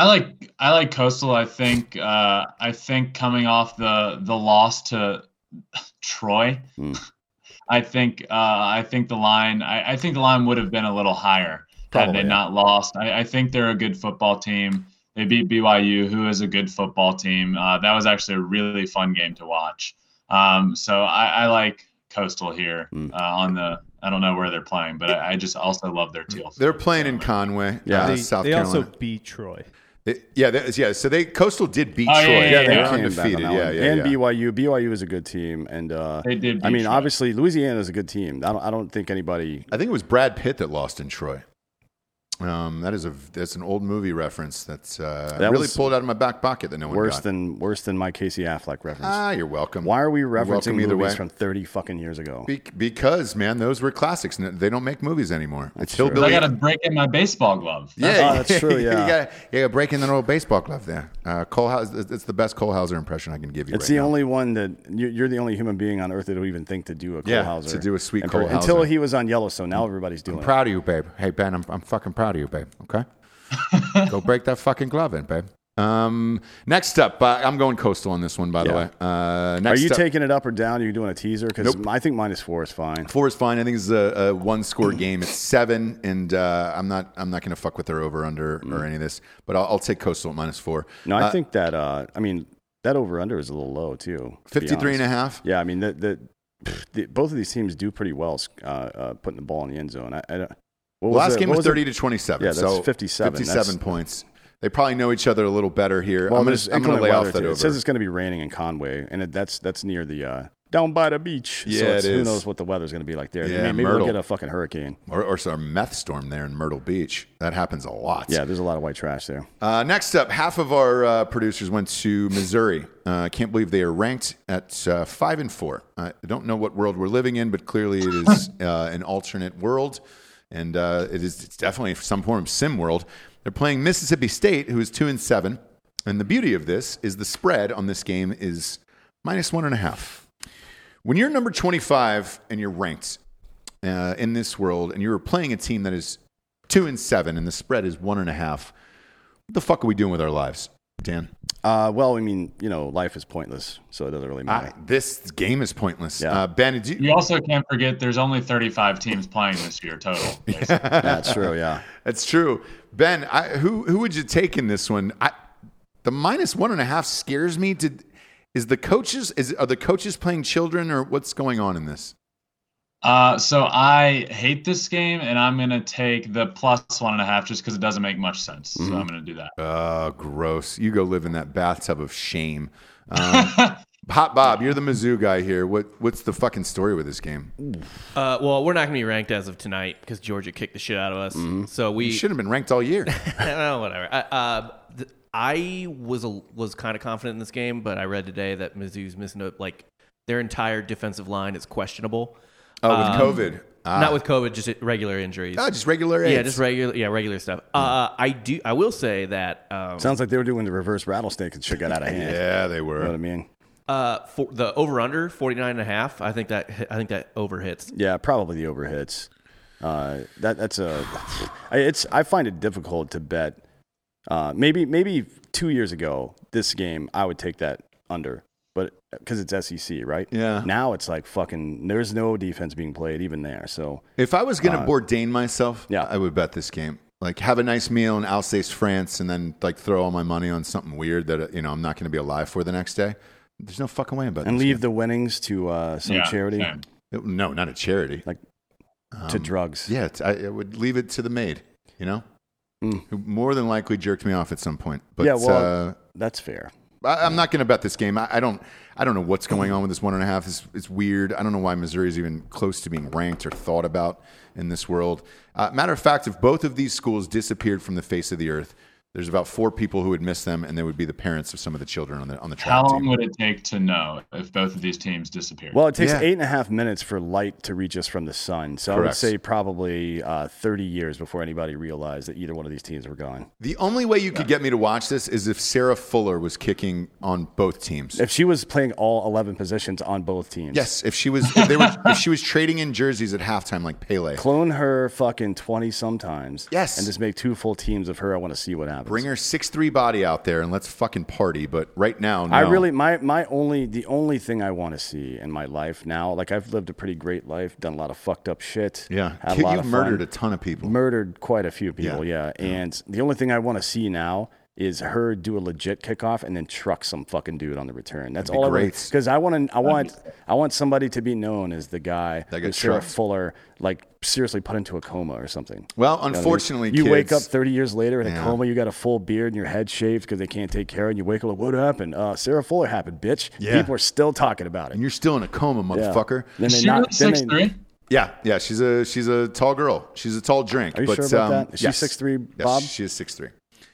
Speaker 5: I like I like Coastal. I think uh, I think coming off the the loss to Troy,
Speaker 4: Hmm.
Speaker 5: I think uh, I think the line I, I think the line would have been a little higher
Speaker 4: Probably,
Speaker 5: had
Speaker 4: yeah.
Speaker 5: they not lost. I, I think they're a good football team. They beat BYU, who is a good football team. Uh, that was actually a really fun game to watch. Um, so I, I like Coastal here
Speaker 4: Hmm.
Speaker 5: uh, on the. I don't know where they're playing, but I, I just also love their teal.
Speaker 3: They're playing in Conway, yeah,
Speaker 4: Yeah.
Speaker 6: They,
Speaker 3: uh, South
Speaker 6: they
Speaker 3: Carolina.
Speaker 6: also beat Troy.
Speaker 3: They- yeah, that- yeah. So they Coastal did beat
Speaker 5: Oh, yeah,
Speaker 3: Troy.
Speaker 5: yeah, yeah,
Speaker 3: they
Speaker 5: yeah.
Speaker 3: were
Speaker 4: Came back on
Speaker 3: undefeated.
Speaker 4: that
Speaker 3: Yeah,
Speaker 4: one.
Speaker 3: yeah,
Speaker 4: and
Speaker 3: yeah.
Speaker 4: BYU. BYU is a good team, and uh,
Speaker 5: They did.
Speaker 4: I
Speaker 5: beat
Speaker 4: mean,
Speaker 5: Troy.
Speaker 4: obviously Louisiana is a good team. I don't, I don't think anybody.
Speaker 3: I think it was Brad Pitt that lost in Troy. Um, that is a that's an old movie reference that's uh,
Speaker 4: That
Speaker 3: really
Speaker 4: was
Speaker 3: pulled out of Oh my back pocket that no one
Speaker 4: Worse
Speaker 3: got.
Speaker 4: than worse than my Casey Affleck reference.
Speaker 3: ah, you're welcome.
Speaker 4: Why are we
Speaker 3: You're
Speaker 4: referencing
Speaker 3: welcome
Speaker 4: movies
Speaker 3: either way.
Speaker 4: from thirty fucking years ago?
Speaker 3: Be- because man, those were classics. and They don't make movies anymore.
Speaker 4: That's
Speaker 3: it's
Speaker 4: true.
Speaker 5: I
Speaker 3: hillbilly.
Speaker 5: got a break in my baseball glove.
Speaker 4: Oh, that's true, yeah.
Speaker 3: you got you got breaking the old baseball glove there. Uh, Cole House. It's the best Cole Hauser impression I can give you.
Speaker 4: It's
Speaker 3: right
Speaker 4: the
Speaker 3: now.
Speaker 4: only one that you- you're the only human being on earth that would even think to do a Cole
Speaker 3: Yeah,
Speaker 4: Hauser.
Speaker 3: to do a sweet
Speaker 4: And per-
Speaker 3: Cole
Speaker 4: Until
Speaker 3: Hauser.
Speaker 4: he was on Yellowstone. Now everybody's doing
Speaker 3: I'm
Speaker 4: it.
Speaker 3: proud of you, babe. Hey, Ben, I'm, I'm fucking proud of you, babe. Okay? Go break that fucking glove in, babe. Um, next up, uh, I'm going coastal on this one, by the
Speaker 4: Yeah.
Speaker 3: way. Uh,
Speaker 4: Are
Speaker 3: next
Speaker 4: you
Speaker 3: up,
Speaker 4: taking it up or down? Are you doing a teaser? Because I think minus four is fine.
Speaker 3: four is fine. I think this is a, a one score game. It's seven, and uh, I'm not I'm not going to fuck with their over under or any of this, but I'll, I'll take coastal at minus four.
Speaker 4: Mm. No, I
Speaker 3: Uh,
Speaker 4: think that. Uh, I mean, that over under is a little low too. to be
Speaker 3: 53 and a
Speaker 4: honest.
Speaker 3: half.
Speaker 4: Yeah, I mean, the, the, pff, the both of these teams do pretty well uh, uh, putting the ball in the end zone. I, I don't. What
Speaker 3: Last
Speaker 4: the-
Speaker 3: game
Speaker 4: what
Speaker 3: was
Speaker 4: the-
Speaker 3: 30 to 27.
Speaker 4: Yeah, that's
Speaker 3: so
Speaker 4: 57.
Speaker 3: 57
Speaker 4: That's-
Speaker 3: points. They probably know each other a little better here.
Speaker 4: Well,
Speaker 3: I'm going
Speaker 4: there's
Speaker 3: to
Speaker 4: inclement
Speaker 3: lay
Speaker 4: weather,
Speaker 3: off that
Speaker 4: too.
Speaker 3: over.
Speaker 4: It says it's going to be raining in Conway, and it, that's that's near the uh, down by the beach.
Speaker 3: Yeah,
Speaker 4: so it's,
Speaker 3: it
Speaker 4: who
Speaker 3: is.
Speaker 4: knows what the weather's going to be like there.
Speaker 3: Yeah,
Speaker 4: I mean, maybe
Speaker 3: Myrtle.
Speaker 4: we'll get a fucking hurricane.
Speaker 3: or, or some meth storm there in Myrtle Beach. That happens a lot.
Speaker 4: Yeah, there's a lot of white trash there.
Speaker 3: Uh, next up, half of our uh, producers went to Missouri. I uh, can't believe they are ranked at uh, five and four. I don't know what world we're living in, but clearly it is uh, an alternate world, and uh, it is it's definitely some form of sim world. They're playing Mississippi State, who is two and seven. And the beauty of this is the spread on this game is minus one and a half. When you're number 25 and you're ranked uh, in this world, and you're playing a team that is two and seven, and the spread is one and a half. What the fuck are we doing with our lives, Dan?
Speaker 4: Uh, well, I mean, you know, life is pointless, so it doesn't really matter.
Speaker 3: I, this game is pointless.
Speaker 4: Yeah.
Speaker 3: Uh, ben, do you,
Speaker 5: You also can't forget there's only 35 teams playing this year total. basically.
Speaker 4: That's true. Yeah,
Speaker 3: that's true. Ben, I, who who would you take in this one? I, the minus one and a half scares me. To is the coaches? Is are the coaches playing children or what's going on in this?
Speaker 5: Uh, so I hate this game, and I'm gonna take the plus one and a half just because it doesn't make much sense. So I'm gonna do that.
Speaker 3: Oh, gross! You go live in that bathtub of shame. Um, Hot Bob, you're the Mizzou guy here. What what's the fucking story with this game?
Speaker 7: Uh, well, we're not going to be ranked as of tonight because Georgia kicked the shit out of us. So we
Speaker 3: You should have been ranked all year.
Speaker 7: oh, whatever. I, uh, th- I was a, was kind of confident in this game, but I read today that Mizzou's missing a, like their entire defensive line is questionable.
Speaker 3: Oh, with COVID, Ah.
Speaker 7: Um, Not with COVID, just regular injuries.
Speaker 3: Ah, just regular.
Speaker 7: yeah,
Speaker 3: AIDS.
Speaker 7: Oh, just regular. Yeah, regular stuff. Uh, I do. I will say that um,
Speaker 4: sounds like they were doing the reverse rattlesnake and shit got out of hand.
Speaker 3: yeah, they were.
Speaker 4: You know what I mean?
Speaker 7: uh, for the over under 49 and a half, I think that I think that over hits.
Speaker 4: Yeah, probably the overhits. Uh, that that's a I- it's I find it difficult to bet. Uh, maybe maybe two years ago, this game I would take that under, but because it's SEC, right?
Speaker 3: Yeah.
Speaker 4: Now it's like fucking. There's no defense being played even there. So
Speaker 3: If I was going to Bourdain myself,
Speaker 4: Uh, yeah.
Speaker 3: I would bet this game. Like have a nice meal in Alsace, France, and then like throw all my money on something weird that uh, you know I'm not going to be alive for the next day. There's no fucking way about
Speaker 4: and
Speaker 3: this
Speaker 4: leave the winnings to uh, some
Speaker 5: Yeah,
Speaker 4: charity.
Speaker 5: same.
Speaker 3: game. No, not a charity.
Speaker 4: Like to drugs.
Speaker 3: Um, Yeah, it's, I, I would leave it to the maid, you know,
Speaker 4: Mm.
Speaker 3: who more than likely jerked me off at some point. But
Speaker 4: Yeah, well-
Speaker 3: uh,
Speaker 4: That's fair.
Speaker 3: I, I'm not going to bet this game. I, I don't. I don't know what's going on with this one and a half. It's, it's weird. I don't know why Missouri is even close to being ranked or thought about in this world. Uh, matter of fact, if both of these schools disappeared from the face of the earth, there's about four people who would miss them, and they would be the parents of some of the children on the on the track
Speaker 5: How long
Speaker 3: team.
Speaker 5: would it take to know if both of these teams disappeared?
Speaker 4: Well, it takes
Speaker 3: Yeah.
Speaker 4: eight and a half minutes for light to reach us from the sun. So I would
Speaker 3: Correct.
Speaker 4: say probably uh, 30 years before anybody realized that either one of these teams were gone.
Speaker 3: the only way you could get me to watch this is if Sarah Fuller was kicking on both teams.
Speaker 4: If she was playing all 11 positions on both teams,
Speaker 3: yes, if she was, if they were, if she was trading in jerseys at halftime like Pele.
Speaker 4: clone her fucking 20 sometimes.
Speaker 3: Yes.
Speaker 4: And just make two full teams of her. I want to see what happens.
Speaker 3: Bring her six three body out there and let's fucking party. But right now, no.
Speaker 4: I really my my only the only thing I want to see in my life now, like I've lived a pretty great life, done a lot of fucked up shit.
Speaker 3: yeah.
Speaker 4: had
Speaker 3: Ki-
Speaker 4: a lot
Speaker 3: You've
Speaker 4: of
Speaker 3: murdered
Speaker 4: fun,
Speaker 3: a ton of people.
Speaker 4: murdered quite a few people,
Speaker 3: Yeah.
Speaker 4: yeah. And the only thing I want to see now is her do a legit kickoff and then truck some fucking dude on the return. That's
Speaker 3: That'd be
Speaker 4: all I
Speaker 3: great.
Speaker 4: want. Because I want to, I want, I want somebody to be known as the guy
Speaker 3: That got
Speaker 4: who Sarah
Speaker 3: trucked.
Speaker 4: Fuller, like seriously put into a coma or something.
Speaker 3: well,
Speaker 4: You know what I mean?
Speaker 3: unfortunately,
Speaker 4: you wake up
Speaker 3: kids,
Speaker 4: 30 years later in a
Speaker 3: Yeah.
Speaker 4: coma. You got a full beard and your head shaved because they can't take care. of it, And you wake up like, what happened? Uh, Sarah Fuller happened, bitch.
Speaker 3: Yeah.
Speaker 4: People are still talking about
Speaker 3: and
Speaker 4: it.
Speaker 3: you're still in a coma,
Speaker 4: Yeah.
Speaker 3: motherfucker.
Speaker 4: Then
Speaker 5: Is
Speaker 4: they
Speaker 5: she
Speaker 4: not-
Speaker 5: really
Speaker 4: then
Speaker 5: six
Speaker 4: they-
Speaker 5: three?
Speaker 3: Yeah, yeah. She's a she's a tall girl. She's a tall drink.
Speaker 4: Are you
Speaker 3: but,
Speaker 4: sure about
Speaker 3: um,
Speaker 4: that? Is she 6'3",
Speaker 3: yes,
Speaker 4: Bob?
Speaker 3: she is six three.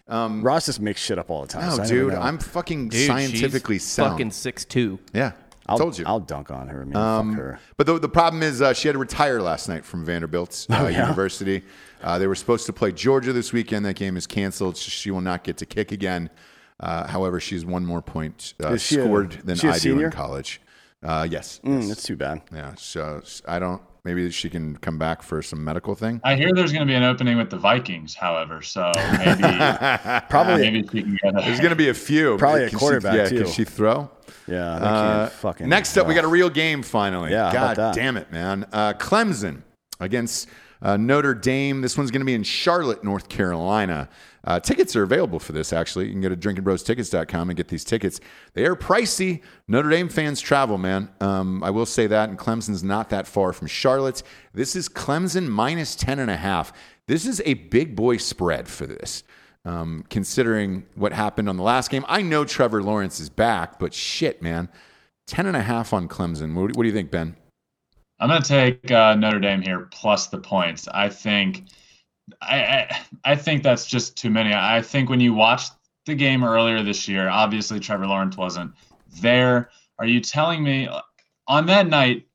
Speaker 4: Ross just makes shit up all the time. so I
Speaker 3: No,
Speaker 4: never
Speaker 3: dude,
Speaker 4: know.
Speaker 3: I'm fucking
Speaker 7: Dude,
Speaker 3: scientifically
Speaker 7: she's
Speaker 3: sound.
Speaker 7: Fucking six two.
Speaker 3: yeah,
Speaker 4: I'll,
Speaker 3: told you. Um,
Speaker 4: I'll dunk on her. Man. Fuck her.
Speaker 3: But the, the problem is, uh, she had to retire last night from Vanderbilt
Speaker 4: Oh,
Speaker 3: uh, University. Uh, they were supposed to play Georgia this weekend. That game is canceled. Sh- She will not get to kick again. Uh, however, she's one more point uh,
Speaker 4: Is she a-
Speaker 3: scored than
Speaker 4: she a
Speaker 3: I do
Speaker 4: senior?
Speaker 3: in college. Uh, yes.
Speaker 4: Mm, that's too bad.
Speaker 3: Yeah. So s- I don't. Maybe she can come back for some medical thing.
Speaker 5: I hear there's going to be an opening with the Vikings, however, so maybe
Speaker 4: Probably.
Speaker 5: maybe she can get
Speaker 3: There's
Speaker 5: a,
Speaker 3: going to be a few.
Speaker 4: Probably a
Speaker 3: Can she-
Speaker 4: quarterback,
Speaker 3: yeah,
Speaker 4: too.
Speaker 3: Can she throw?
Speaker 4: Yeah. They
Speaker 3: Uh,
Speaker 4: can't fucking.
Speaker 3: next up, we
Speaker 4: Ugh.
Speaker 3: got a real game finally.
Speaker 4: Yeah, how
Speaker 3: God
Speaker 4: about that?
Speaker 3: damn it, man. Uh, Clemson against uh, Notre Dame. This one's going to be in Charlotte, North Carolina. Uh, tickets are available for this, actually. You can go to drinkingbrostickets.com and get these tickets. They are pricey. Notre Dame fans travel, man. Um, I will say that. And Clemson's not that far from Charlotte. This is Clemson minus 10.5. This is a big boy spread for this um, considering what happened on the last game. I know Trevor Lawrence is back, but shit, man. 10 and a half on Clemson. What, what do you think, Ben?
Speaker 5: I'm going to take uh, Notre Dame here plus the points. I think I, I I think that's just too many. I think when you watched the game earlier this year, obviously Trevor Lawrence wasn't there. Are you telling me uh, on that night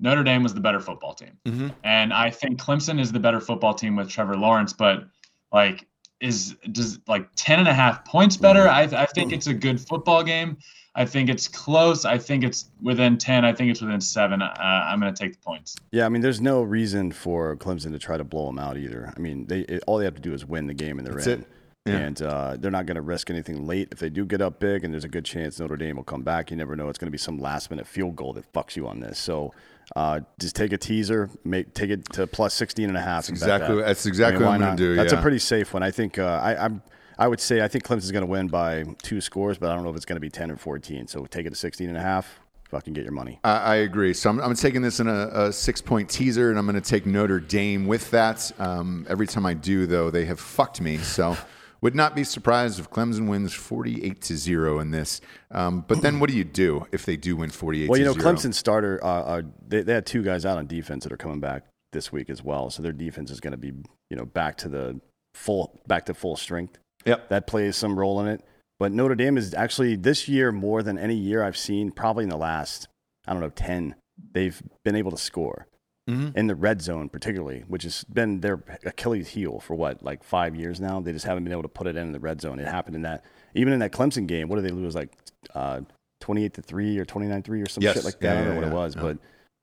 Speaker 5: Notre Dame was the better football team?
Speaker 3: Mhm.
Speaker 5: And I think Clemson is the better football team with Trevor Lawrence, but like is does like 10 and a half points better? I, I think it's a good football game. I think it's close. I think it's within 10. I think it's within seven. Uh, I'm going to take the points.
Speaker 4: Yeah, I mean, there's no reason for Clemson to try to blow them out either. I mean, they it, all they have to do is win the game and they're
Speaker 3: That's
Speaker 4: in.
Speaker 3: it. Yeah.
Speaker 4: And uh, they're not going to risk anything late. If they do get up big, and there's a good chance Notre Dame will come back, you never know. It's going to be some last minute field goal that fucks you on this. So uh, just take a teaser, make take it to plus 16 and a half. and bet
Speaker 3: exactly-
Speaker 4: that.
Speaker 3: that's exactly
Speaker 4: why
Speaker 3: what I'm gonna
Speaker 4: not?
Speaker 3: do,
Speaker 4: That's
Speaker 3: yeah.
Speaker 4: a pretty safe one. I think uh, I, I'm. I would say I think Clemson's going to win by two scores, but I don't know if it's going to be 10 or 14. So take it to 16 and a half. Fucking get your money.
Speaker 3: I, I agree. So I'm, I'm taking this in a, a six point teaser, and I'm going to take Notre Dame with that. Um, every time I do, though, they have fucked me. So would not be surprised if Clemson wins 48 to 0 in this. Um, but then what do you do if they do win 48
Speaker 4: Well, you
Speaker 3: to
Speaker 4: know,
Speaker 3: 0?
Speaker 4: Clemson starter, uh, uh, they, they had two guys out on defense that are coming back this week as well. So their defense is going to be, you know, back to the full, back to full strength.
Speaker 3: Yep.
Speaker 4: That plays some role in it. But Notre Dame is actually this year more than any year I've seen, probably in the last, I don't know, 10, they've been able to score
Speaker 3: Mhm.
Speaker 4: in the red zone, particularly, which has been their Achilles heel for what, like five years now? They just haven't been able to put it in the red zone. It happened in that, even in that Clemson game, what did they lose? Like uh, 28 to 3 or 29 3 or some
Speaker 3: Yes.
Speaker 4: shit like
Speaker 3: Yeah,
Speaker 4: that. I don't know
Speaker 3: yeah,
Speaker 4: what
Speaker 3: yeah.
Speaker 4: it was,
Speaker 3: Yeah.
Speaker 4: but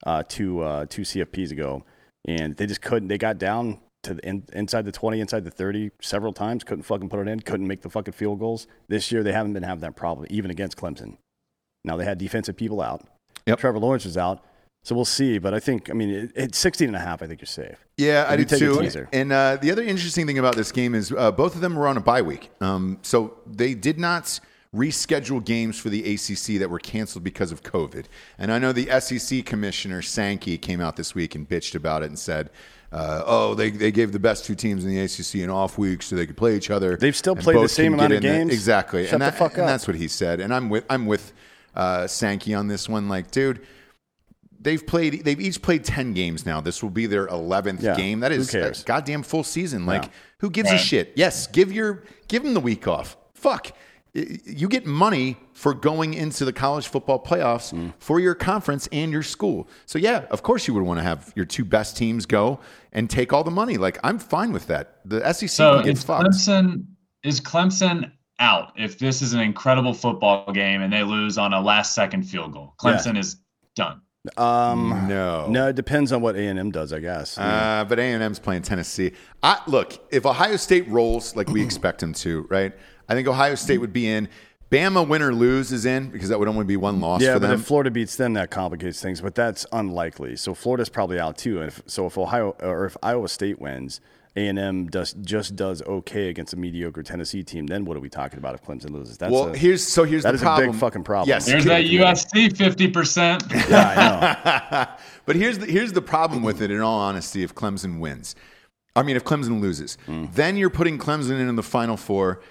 Speaker 4: uh, two, uh, two CFPs ago. And they just couldn't, they got down to the in, inside the 20, inside the 30 several times, couldn't fucking put it in, couldn't make the fucking field goals. This year, they haven't been having that problem, even against Clemson. Now, they had defensive people out.
Speaker 3: Yep.
Speaker 4: Trevor Lawrence was out. So we'll see. But I think, I mean, it, it's 16 and a half. I think you're safe.
Speaker 3: Yeah, I
Speaker 4: Let me
Speaker 3: do
Speaker 4: take a
Speaker 3: too.
Speaker 4: teaser.
Speaker 3: And uh, the other interesting thing about this game is uh, both of them were on a bye week, um, so they did not reschedule games for the ACC that were canceled because of COVID. And I know the SEC commissioner Sankey came out this week and bitched about it and said, uh, "Oh, they, they gave the best two teams in the ACC an off week so they could play each other.
Speaker 4: They've still
Speaker 3: and
Speaker 4: played the
Speaker 3: both can
Speaker 4: same amount
Speaker 3: get
Speaker 4: of
Speaker 3: in there."
Speaker 4: games?
Speaker 3: Exactly.
Speaker 4: Shut
Speaker 3: and
Speaker 4: the
Speaker 3: that-
Speaker 4: fuck up.
Speaker 3: And that's what he said. And I'm with I'm with uh, Sankey on this one. Like, dude." They've played. They've each played ten games now. This will be their eleventh
Speaker 4: Yeah,
Speaker 3: game. That
Speaker 4: who
Speaker 3: is a
Speaker 4: cares?
Speaker 3: goddamn full season. Like,
Speaker 4: Yeah.
Speaker 3: who gives a
Speaker 5: Right.
Speaker 3: shit? Yes, give your give them the week off. Fuck, Y- you get money for going into the college football playoffs
Speaker 4: Mm.
Speaker 3: for your conference and your school. So yeah, of course you would want to have your two best teams go and take all the money. Like, I'm fine with that. The E SEC
Speaker 5: So
Speaker 3: gets
Speaker 5: is
Speaker 3: fucked.
Speaker 5: Clemson is Clemson out if this is an incredible football game and they lose on a last second field goal. Clemson is done.
Speaker 4: Um,
Speaker 3: No.
Speaker 4: no, it depends on what A and M does, I guess.
Speaker 3: Mm. Uh, but A and M's playing Tennessee. I, look, if Ohio State rolls like we expect them to, right? I think Ohio State would be in. Bama win or lose is in because that would only be one loss
Speaker 4: yeah,
Speaker 3: for
Speaker 4: but
Speaker 3: them.
Speaker 4: if Florida beats them, that complicates things. But that's unlikely. So Florida's probably out too. And if, so if Ohio or if Iowa State wins, A and M does just does okay against a mediocre Tennessee team. Then what are we talking about if Clemson loses? That's
Speaker 3: well,
Speaker 4: a-
Speaker 3: here's so here's
Speaker 4: that
Speaker 3: the
Speaker 4: is a big
Speaker 3: problem.
Speaker 4: fucking problem.
Speaker 3: Yes,
Speaker 5: There's that USC 50%.
Speaker 4: yeah, I know.
Speaker 3: but here's the, here's the problem with it. In all honesty, if Clemson wins, I mean, if Clemson loses,
Speaker 4: Mm.
Speaker 3: then you're putting Clemson in the Final Four,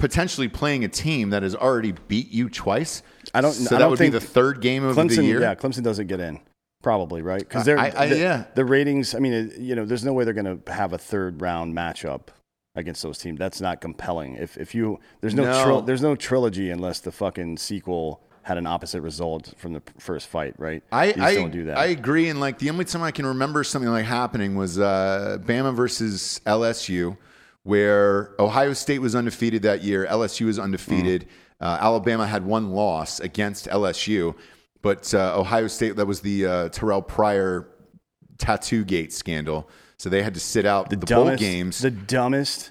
Speaker 3: potentially playing a team that has already beat you twice.
Speaker 4: I don't-
Speaker 3: So
Speaker 4: I
Speaker 3: that
Speaker 4: don't
Speaker 3: would
Speaker 4: think
Speaker 3: be the third game of
Speaker 4: Clemson,
Speaker 3: the year.
Speaker 4: yeah, Clemson doesn't get in, probably right because they're
Speaker 3: I- I-
Speaker 4: the,
Speaker 3: yeah.
Speaker 4: the ratings. I mean, it- you know, there's no way they're going to have a third round matchup against those teams. That's not compelling. If if you there's no,
Speaker 3: No.
Speaker 4: Tril- there's no trilogy unless the fucking sequel had an opposite result from the first fight, right?
Speaker 3: I,
Speaker 4: you just
Speaker 3: I
Speaker 4: don't do that.
Speaker 3: I agree. And like the only time I can remember something like happening was uh, Bama versus LSU, where Ohio State was undefeated that year. LSU was undefeated.
Speaker 4: Mm-hmm.
Speaker 3: Uh, Alabama had one loss against LSU, but uh, Ohio State that was the uh, Terrell Pryor tattoo gate scandal. So they had to sit out the, bowl games.
Speaker 4: The dumbest,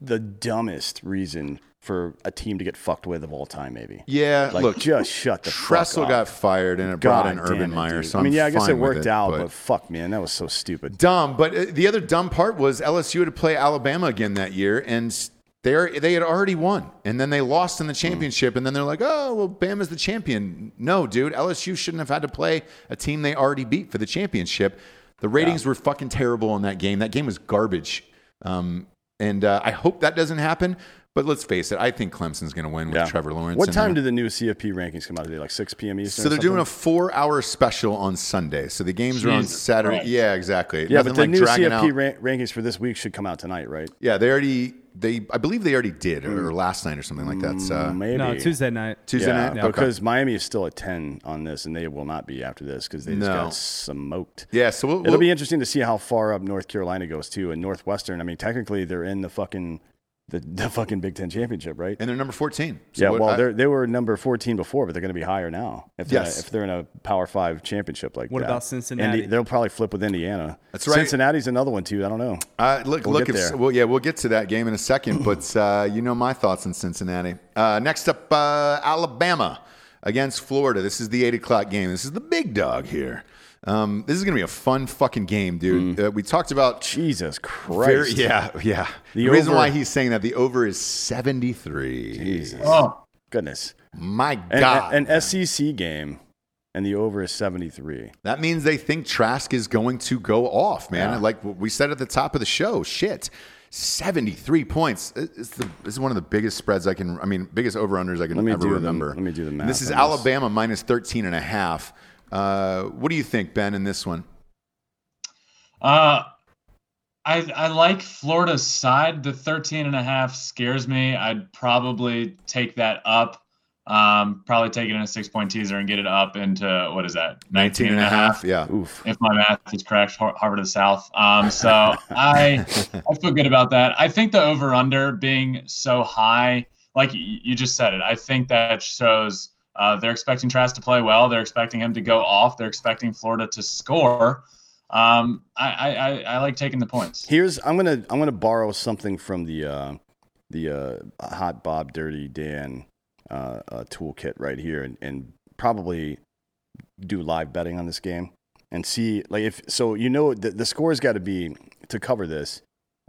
Speaker 4: the dumbest reason for a team to get fucked with of all time, maybe.
Speaker 3: yeah,
Speaker 4: Like,
Speaker 3: look,
Speaker 4: just shut the fuck
Speaker 3: Tressel
Speaker 4: up.
Speaker 3: got fired and it brought in
Speaker 4: God damn
Speaker 3: Urban
Speaker 4: it,
Speaker 3: Meyer.
Speaker 4: dude.
Speaker 3: So
Speaker 4: I mean,
Speaker 3: I'm
Speaker 4: yeah, I guess it
Speaker 3: fine with
Speaker 4: worked out,
Speaker 3: but-
Speaker 4: but fuck, man, that was so stupid.
Speaker 3: dumb. But uh, the other dumb part was LSU had to play Alabama again that year, and they are they had already won, and then they lost in the
Speaker 4: Hmm.
Speaker 3: championship, and then they're like, oh well, Bama's the champion. No, dude, LSU shouldn't have had to play a team they already beat for the championship. The ratings were fucking terrible on that game. That game was garbage, um, and uh, I hope that doesn't happen. But let's face it, I think Clemson's going to win with
Speaker 4: Yeah.
Speaker 3: Trevor Lawrence.
Speaker 4: What
Speaker 3: in
Speaker 4: time
Speaker 3: there.
Speaker 4: do the new CFP rankings come out today? Like 6 p.m. Eastern?
Speaker 3: So
Speaker 4: or
Speaker 3: they're doing a
Speaker 4: something?
Speaker 3: four-hour special on Sunday. So the games are on
Speaker 5: Jesus
Speaker 3: Saturday.
Speaker 5: Christ.
Speaker 3: Yeah, exactly.
Speaker 4: yeah,
Speaker 3: Nothing
Speaker 4: but the
Speaker 3: like
Speaker 4: new
Speaker 3: dragging out.
Speaker 4: CFP ran- rankings for this week should come out tonight, right?
Speaker 3: Yeah, they already they I believe they already did or,
Speaker 4: Hmm.
Speaker 3: last night or something like that. So
Speaker 4: Maybe.
Speaker 6: No, Tuesday night.
Speaker 3: Tuesday
Speaker 4: Yeah,
Speaker 3: night. Okay.
Speaker 4: because Miami is still at 10 on this, and they will not be after this because they just
Speaker 3: No.
Speaker 4: got smoked.
Speaker 3: yeah, so we'll,
Speaker 4: It'll
Speaker 3: we'll-
Speaker 4: be interesting to see how far up North Carolina goes too, and Northwestern. I mean, technically they're in the fucking the, the fucking Big Ten championship, right?
Speaker 3: and they're number fourteen. So
Speaker 4: yeah,
Speaker 3: what-
Speaker 4: well,
Speaker 3: I-
Speaker 4: they they were number 14 before, but they're going to be higher now if they're,
Speaker 3: Yes.
Speaker 4: if they're in a Power Five championship like
Speaker 6: What
Speaker 4: that.
Speaker 6: about Cincinnati?
Speaker 4: And they'll probably flip with Indiana.
Speaker 3: That's right.
Speaker 4: Cincinnati's another one too. I don't know.
Speaker 3: uh, look
Speaker 4: we'll
Speaker 3: look
Speaker 4: get
Speaker 3: if,
Speaker 4: there.
Speaker 3: well yeah we'll get to that game in a second, but uh, you know my thoughts on Cincinnati. Uh, next up, uh, Alabama against Florida. This is the eight o'clock game. This is the big dog here. Um, this is gonna be a fun fucking game, dude. Uh, we talked about
Speaker 4: Jesus Mm.
Speaker 3: very,
Speaker 4: Christ!
Speaker 3: yeah yeah. The,
Speaker 4: The
Speaker 3: reason
Speaker 4: over-
Speaker 3: why he's saying that the over is seventy three.
Speaker 5: Oh,
Speaker 4: Goodness.
Speaker 3: My
Speaker 4: An,
Speaker 3: God,
Speaker 4: an SEC E game, and the over is 73.
Speaker 3: That means they think Trask is going to go off, man. Like we said at the top of the show, shit. 73 points. It's the, this is one of the biggest spreads I can, I mean, biggest over unders I can
Speaker 4: Let me
Speaker 3: ever
Speaker 4: do the-
Speaker 3: remember.
Speaker 4: let me do the
Speaker 3: And
Speaker 4: math
Speaker 3: This is
Speaker 4: on this.
Speaker 3: Alabama minus 13 and a half. Uh, what do you think, Ben, in this one?
Speaker 5: Uh, I I like Florida's side. The 13 and a half scares me. I'd probably take that up. Um, probably take it in a six point teaser and get it up into what is that? 19 and a half.
Speaker 3: Yeah.
Speaker 4: Oof.
Speaker 5: If my math is correct, Har- Harvard of the South. Um, so I I feel good about that. I think the over under being so high, like y- you just said it, I think that shows uh, they're expecting Trask to play well. They're expecting him to go off. They're expecting Florida to score. Um, I, I, I, I like taking the points.
Speaker 4: Here's I'm gonna I'm gonna borrow something from the uh, the uh, Hot Bob Dirty Dan uh, uh, toolkit right here, and, and probably do live betting on this game and see like if so you know the, the score's got to be to cover this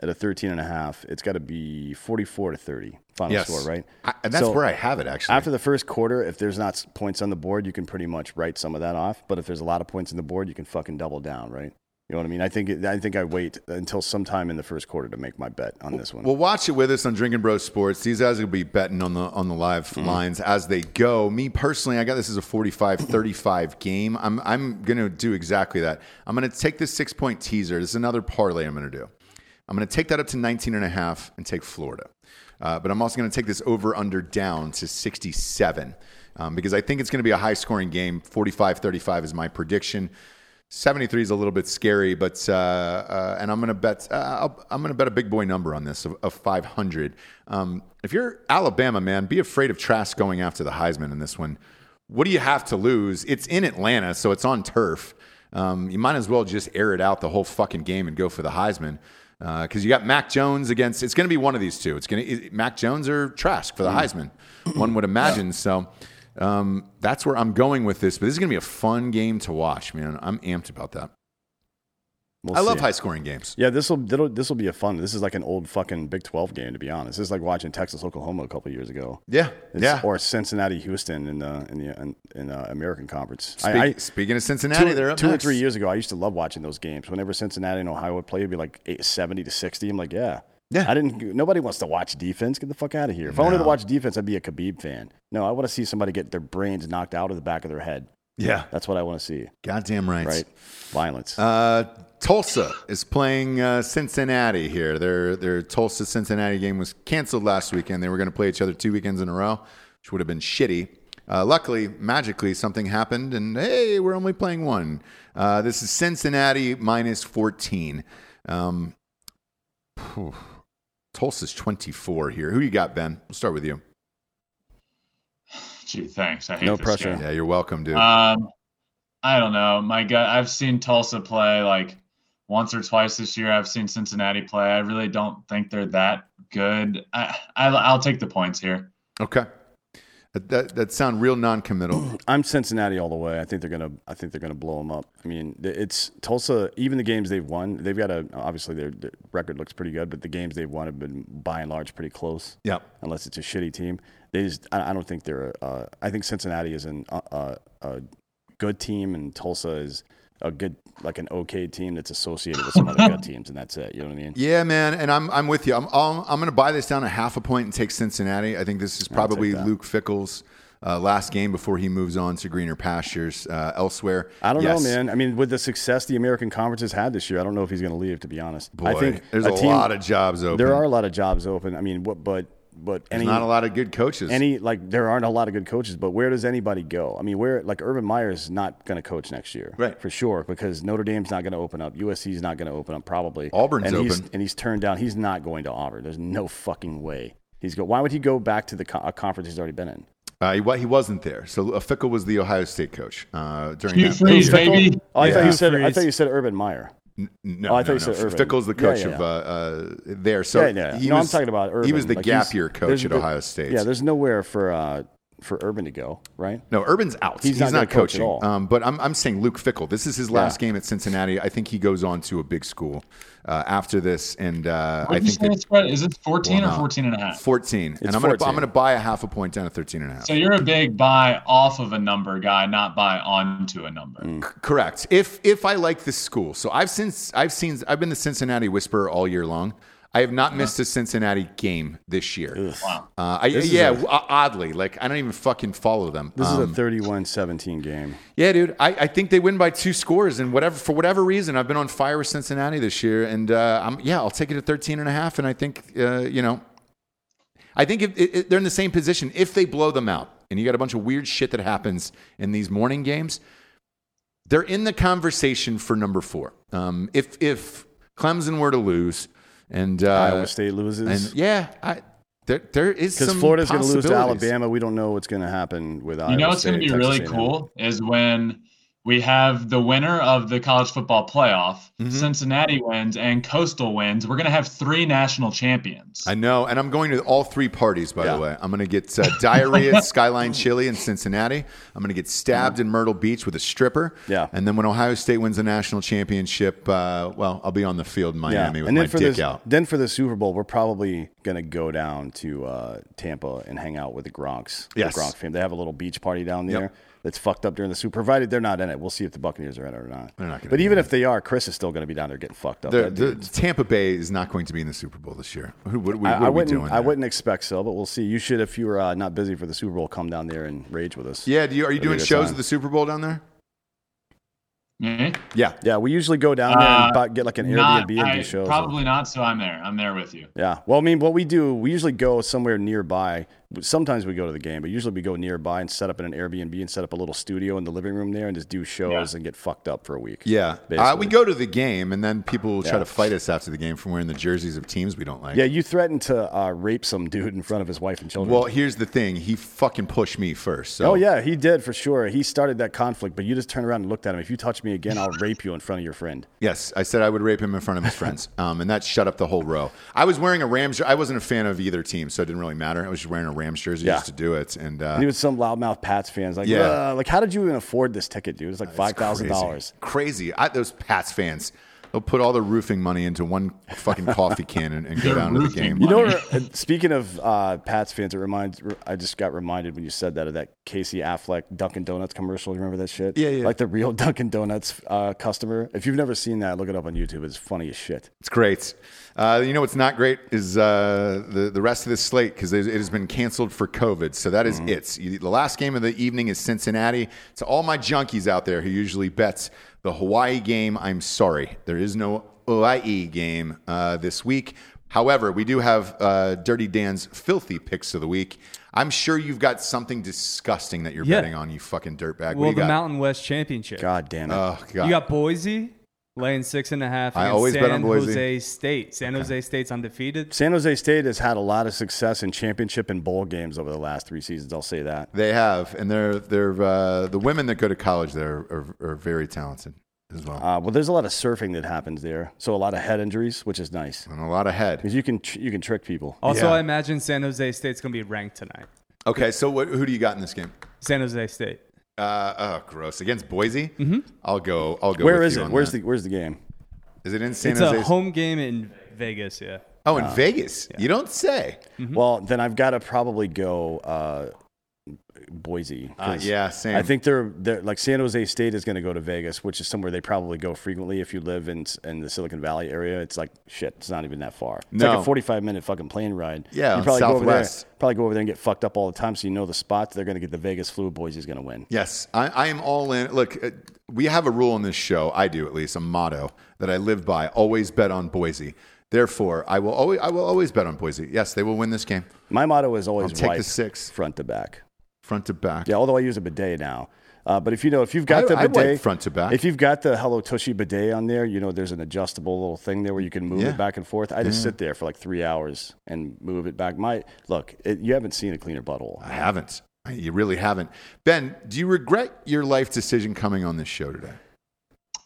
Speaker 4: at a 13 and a half, it's got to be 44 to 30 final
Speaker 3: Yes.
Speaker 4: score, right?
Speaker 3: I, and that's
Speaker 4: So-
Speaker 3: where I have it actually.
Speaker 4: After the first quarter, if there's not s- points on the board, you can pretty much write some of that off. But if there's a lot of points on the board, you can fucking double down, right? You know what I mean? I think it- I think I wait until sometime in the first quarter to make my bet on this one.
Speaker 3: Well, watch it with us on Drinking Bros Sports. These guys will be betting on the on the live lines as they go. Me personally, I got this as a 45-35 game. I'm I'm going to do exactly that. I'm going to take this 6-point teaser. This is another parlay I'm going to do. I'm going to take that up to 19 and a half and take Florida. Uh, but I'm also going to take this over under down to 67 um, because I think it's going to be a high scoring game. 45 35 is my prediction. 73 is a little bit scary, but uh, uh, and I'm gonna bet uh, I'll- I'm gonna bet a big boy number on this of, of 500. Um, if you're Alabama, man, be afraid of Trask going after the Heisman in this one. What do you have to lose? It's in Atlanta, so it's on turf. Um, you might as well just air it out the whole fucking game and go for the Heisman because you got Mac Jones against. It's going to be one of these two. It's going to Mac Jones or Trask for
Speaker 4: Mm.
Speaker 3: the Heisman. One would imagine. So um, that's where I'm going with this. But this is going to be a fun game to watch, man. I'm amped about that.
Speaker 4: We'll
Speaker 3: I love
Speaker 4: see.
Speaker 3: high scoring games.
Speaker 4: Yeah, this will this will be a fun. This is like an old fucking Big Twelve game, to be honest. This is like watching Texas Oklahoma a couple years ago.
Speaker 3: Yeah,
Speaker 4: It's-
Speaker 3: yeah.
Speaker 4: Or Cincinnati Houston in the in the in, in uh, American Conference.
Speaker 3: Speak- speaking of Cincinnati,
Speaker 4: two,
Speaker 3: they're up
Speaker 4: two or
Speaker 3: next.
Speaker 4: three years ago, I used to love watching those games. Whenever Cincinnati and Ohio would play, it'd be like eight, 70 to 60. I'm like, yeah.
Speaker 3: Yeah.
Speaker 4: I didn't. Nobody wants to watch defense. Get the fuck out of here. If I wanted to watch defense, I'd be a Khabib fan. No, I want to see somebody get their brains knocked out of the back of their head.
Speaker 3: Yeah,
Speaker 4: That's what I want to see.
Speaker 3: goddamn right.
Speaker 4: Right? Violence.
Speaker 3: Uh, Tulsa is playing uh, Cincinnati here. Their their Tulsa Cincinnati game was canceled last weekend. They were going to play each other two weekends in a row, which would have been shitty. Uh, luckily, magically, something happened, and hey, we're only playing one. Uh, this is Cincinnati minus fourteen. Um, phew. Tulsa's twenty four here. Who you got, Ben? We'll start with you.
Speaker 5: Gee, thanks. I hate
Speaker 4: No
Speaker 5: this
Speaker 4: pressure.
Speaker 5: game.
Speaker 3: Yeah, you're welcome, dude.
Speaker 5: Um, I don't know. My gut. I've seen Tulsa play like once or twice this year. I've seen Cincinnati play. I really don't think they're that good. I, I I'll take the points here.
Speaker 3: okay, that that, that sound real non-committal.
Speaker 4: I'm Cincinnati all the way. I think they're gonna. I think they're gonna blow them up. I mean, th- it's Tulsa. Even the games they've won, they've got a. Obviously, their, their record looks pretty good, but the games they've won have been by and large pretty close.
Speaker 3: yeah,
Speaker 4: Unless it's a shitty team, they just. I, I don't think they're. Uh, I think Cincinnati is an uh, uh, a good team, and Tulsa is a good like an okay team that's associated with some other good teams, and that's it. You know what I mean?
Speaker 3: Yeah, man, and I'm I'm with you. I'm I'm, I'm going to buy this down a half a point and take Cincinnati. I think this is probably
Speaker 4: that.
Speaker 3: Luke Fickle's uh, last game before he moves on to greener pastures uh, elsewhere.
Speaker 4: I don't
Speaker 3: Yes.
Speaker 4: know, man. I mean, with the success the American Conference has had this year, I don't know if he's going to leave. To be honest,
Speaker 3: Boy,
Speaker 4: I think
Speaker 3: there's a,
Speaker 4: team-
Speaker 3: lot of jobs open.
Speaker 4: There are a lot of jobs open. I mean, what, but but
Speaker 3: There's
Speaker 4: any
Speaker 3: not a lot of good coaches.
Speaker 4: any like there aren't a lot of good coaches. But where does anybody go? I mean, where like Urban Meyer's not going to coach next year,
Speaker 3: Right.
Speaker 4: For sure, because Notre Dame's not going to open up. USC's not going to open up. Probably
Speaker 3: Auburn's
Speaker 4: and He's,
Speaker 3: open.
Speaker 4: and he's turned down. He's not going to Auburn. There's no fucking way. He's go. Why would he go back to the co- a conference he's already been in?
Speaker 3: uh, he, wa- he wasn't there, so uh, Fickle was the Ohio State coach uh, during
Speaker 5: Hugh
Speaker 3: that.
Speaker 5: Freeze,
Speaker 3: Fickle-
Speaker 5: baby.
Speaker 4: Oh, I thought
Speaker 6: Yeah.
Speaker 4: you said. I
Speaker 6: Freeze.
Speaker 4: thought you said Urban Meyer.
Speaker 3: No,
Speaker 4: Oh, I thought
Speaker 3: no,
Speaker 4: you said
Speaker 3: no.
Speaker 4: Urban.
Speaker 3: Fickle's the
Speaker 4: Yeah,
Speaker 3: coach
Speaker 4: yeah,
Speaker 3: of uh,
Speaker 4: yeah.
Speaker 3: uh, there. So
Speaker 4: yeah, yeah.
Speaker 3: he
Speaker 4: no,
Speaker 3: was
Speaker 4: I'm talking about Urban.
Speaker 3: he was the
Speaker 4: Like,
Speaker 3: gap
Speaker 4: he's-
Speaker 3: year
Speaker 4: there's-
Speaker 3: coach at
Speaker 4: there-
Speaker 3: Ohio State.
Speaker 4: Yeah, there's nowhere for uh, for Urban to go, right?
Speaker 3: No, Urban's out. He's,
Speaker 4: He's not
Speaker 3: not,
Speaker 4: gonna coach at
Speaker 3: coaching.
Speaker 4: all.
Speaker 3: Um, but I'm, I'm saying Luke Fickle. This is his last game at Cincinnati. I think he goes on to a big school uh, after this, and uh, I
Speaker 5: What'd you
Speaker 3: think
Speaker 5: say the
Speaker 3: that
Speaker 5: spread is it 14
Speaker 3: Well,
Speaker 5: or
Speaker 3: no.
Speaker 5: 14 and a half?
Speaker 3: 14. and
Speaker 4: It's
Speaker 3: I'm gonna
Speaker 4: 14.
Speaker 3: I'm gonna buy a half a point down to 13 and a half.
Speaker 5: So you're a big buy off of a number guy, not buy onto a number.
Speaker 3: Mm, Correct. If if I like this school, so I've since I've seen I've been the Cincinnati Whisperer all year long. I have not missed a Cincinnati game this year.
Speaker 5: Uh-huh. Wow.
Speaker 3: Uh, I,
Speaker 4: is
Speaker 3: yeah,
Speaker 4: a-
Speaker 3: w- oddly, like I don't even fucking follow them.
Speaker 4: This
Speaker 3: Um,
Speaker 4: is a 31-17 game.
Speaker 3: Yeah, dude. I, I think they win by two scores, and whatever for whatever reason, I've been on fire with Cincinnati this year, and uh, I'm yeah, I'll take it at 13 and a half, and I think uh, you know, I think if, it, it- they're in the same position if they blow them out, and you got a bunch of weird shit that happens in these morning games, they're in the conversation for number four. Um, if if Clemson were to lose, and uh,
Speaker 4: Iowa State loses.
Speaker 3: and yeah, I, there there is
Speaker 4: Because
Speaker 3: some
Speaker 4: Florida's going to lose to
Speaker 3: possibilities.
Speaker 4: Alabama, we don't know what's going to happen with Iowa
Speaker 5: You know what's
Speaker 4: going to
Speaker 5: be really cool is when we have the winner of the college football playoff.
Speaker 3: Mm-hmm.
Speaker 5: Cincinnati wins and Coastal wins. We're going to have three national champions.
Speaker 3: I know, and I'm going to all three parties. By the way, I'm going to get uh, diarrhea, at Skyline Chili in Cincinnati. I'm going to get stabbed in Myrtle Beach with a stripper.
Speaker 4: Yeah.
Speaker 3: and then when Ohio State wins the national championship, uh, well, I'll be on the field in Miami with
Speaker 4: and then
Speaker 3: my
Speaker 4: for
Speaker 3: dick
Speaker 4: this,
Speaker 3: out.
Speaker 4: then for the Super Bowl, we're probably gonna go down to uh, Tampa and hang out with the Gronks.
Speaker 3: Yes.
Speaker 4: the Gronk fam. They have a little beach party down there that's fucked up during the Super. Provided they're not in it, we'll see if the Buccaneers are in it or not. They're
Speaker 3: not gonna
Speaker 4: But
Speaker 3: be
Speaker 4: even if they are, Chris is still gonna be down there getting fucked up.
Speaker 3: The,
Speaker 4: That
Speaker 3: the,
Speaker 4: dude's-
Speaker 3: Tampa Bay is not going to be in the Super Bowl this year. Who, what, are we- what
Speaker 4: I, I
Speaker 3: are we
Speaker 4: wouldn't.
Speaker 3: doing?
Speaker 4: I
Speaker 3: there?
Speaker 4: wouldn't expect so, but we'll see. You should, if you were uh, not busy for the Super Bowl, come down there and rage with us.
Speaker 3: Yeah, do you, are you
Speaker 4: That'd be a
Speaker 3: doing
Speaker 4: good
Speaker 3: shows
Speaker 4: time.
Speaker 3: at the Super Bowl down there?
Speaker 5: Me?
Speaker 3: Yeah,
Speaker 4: Yeah, we usually go down there
Speaker 5: Uh,
Speaker 4: and bu- get like an Airbnb
Speaker 5: Not-
Speaker 4: and do
Speaker 5: I-
Speaker 4: shows.
Speaker 5: Probably not. So I'm there. I'm there with you.
Speaker 4: Yeah. Well, I mean, what we do, we usually go somewhere nearby. Sometimes we go to the game, but usually we go nearby and set up in an Airbnb and set up a little studio in the living room there and just do shows and get fucked up for a week.
Speaker 3: yeah. Uh,
Speaker 4: basically.
Speaker 3: we go to the game, and then people will try
Speaker 4: Yeah.
Speaker 3: to fight us after the game from wearing the jerseys of teams we don't like.
Speaker 4: Yeah, you threatened to uh, rape some dude in front of his wife and children.
Speaker 3: Well, here's the thing. He fucking pushed me first. So.
Speaker 4: oh yeah, he did for sure. He started that conflict, but you just turned around and looked at him. If you touch me again, I'll rape you in front of your friend.
Speaker 3: Yes, I said I would rape him in front of his friends, um, and that shut up the whole row. I was wearing a Rams. jer- I wasn't a fan of either team, so it didn't really matter. I was just wearing a Rams jersey
Speaker 4: Yeah.
Speaker 3: just to do it, and, uh,
Speaker 4: And he was some loudmouth Pats fans like,
Speaker 3: Yeah.
Speaker 4: yeah, like how did you even afford this ticket, dude? It's like five thousand dollars.
Speaker 3: Crazy. I, those Pats fans, they'll put all their roofing money into one fucking coffee can and, and go
Speaker 5: Their
Speaker 3: down to the
Speaker 5: roofing
Speaker 3: game.
Speaker 5: money.
Speaker 4: You know, re- speaking of uh, Pats fans, it reminds. I just got reminded when you said that of that Casey Affleck Dunkin' Donuts commercial. You remember that shit?
Speaker 3: Yeah, yeah.
Speaker 4: Like the real Dunkin' Donuts uh, customer. If you've never seen that, look it up on YouTube. It's funny as shit.
Speaker 3: It's great. Uh, you know what's not great is uh, the the rest of this slate because it has been canceled for COVID. So that
Speaker 6: Mm-hmm.
Speaker 3: is it. You- the last game of the evening is Cincinnati. To all my junkies out there who usually bets the Hawaii game, I'm sorry, there is no Hawaii game uh, this week. However, we do have uh, Dirty Dan's filthy picks of the week. I'm sure you've got something disgusting that you're
Speaker 6: Yeah.
Speaker 3: betting on, you fucking dirtbag.
Speaker 6: well,
Speaker 3: what do
Speaker 6: the
Speaker 3: you got?
Speaker 6: Mountain West Championship.
Speaker 4: God damn it.
Speaker 3: oh God,
Speaker 6: You got Boise laying six and a half.
Speaker 3: I
Speaker 6: against
Speaker 3: always
Speaker 6: San
Speaker 3: bet on Boise.
Speaker 6: Jose State. San Jose State's undefeated.
Speaker 4: San Jose State has had a lot of success in championship and bowl games over the last three seasons. I'll say that.
Speaker 3: They have, and they're they're uh, the women that go to college there are, are, very talented as well,
Speaker 4: Uh, well, there's a lot of surfing that happens there, so a lot of head injuries, which is nice
Speaker 3: and a lot of head.
Speaker 4: because you can tr- you can trick people.
Speaker 6: Also,
Speaker 3: Yeah.
Speaker 6: I imagine San Jose State's going to be ranked tonight.
Speaker 3: Okay, so what, who do you got in this game?
Speaker 6: San Jose State.
Speaker 3: Uh, oh, gross! Against Boise, mm-hmm. I'll go. I'll go.
Speaker 4: Where
Speaker 3: with
Speaker 4: is
Speaker 3: you
Speaker 4: it?
Speaker 3: on
Speaker 4: Where's
Speaker 3: that.
Speaker 4: the Where's the game?
Speaker 3: Is it in San
Speaker 6: it's
Speaker 3: Jose?
Speaker 6: a home game in Vegas. Yeah.
Speaker 3: oh, in Vegas. You don't say.
Speaker 4: Well, then I've got to probably go uh, Boise. 'cause
Speaker 3: Uh, yeah, same.
Speaker 4: I think they're, they're like San Jose State is going to go to Vegas, which is somewhere they probably go frequently. If you live in in the Silicon Valley area, it's like shit. It's not even that far. It's like
Speaker 3: No.
Speaker 4: a forty-five minute fucking plane ride.
Speaker 3: Yeah, on
Speaker 4: you probably go over there,
Speaker 3: Southwest.
Speaker 4: probably go over there and get fucked up all the time, so you know the spots. They're going to get the Vegas flu. Boise's going to win.
Speaker 3: Yes, I, I am all in. Look, uh, we have a rule on this show. I do at least a motto that I live by: always bet on Boise. Therefore, I will always I will always bet on Boise. Yes, they will win this game,
Speaker 4: My motto is always
Speaker 3: I'll take the
Speaker 4: wipe
Speaker 3: six.
Speaker 4: front to back.
Speaker 3: front to back.
Speaker 4: Yeah, although I use a bidet now. Uh, but if you know, if you've got
Speaker 3: I-
Speaker 4: the
Speaker 3: I wipe
Speaker 4: bidet
Speaker 3: front to back.
Speaker 4: if you've got the Hello Tushy bidet on there, you know there's an adjustable little thing there where you can move
Speaker 3: Yeah.
Speaker 4: it back and forth. I just sit there for like three hours and move it back. My look, it, you haven't seen a cleaner butthole.
Speaker 3: I haven't. I- You really haven't. Ben, do you regret your life decision coming on this show today?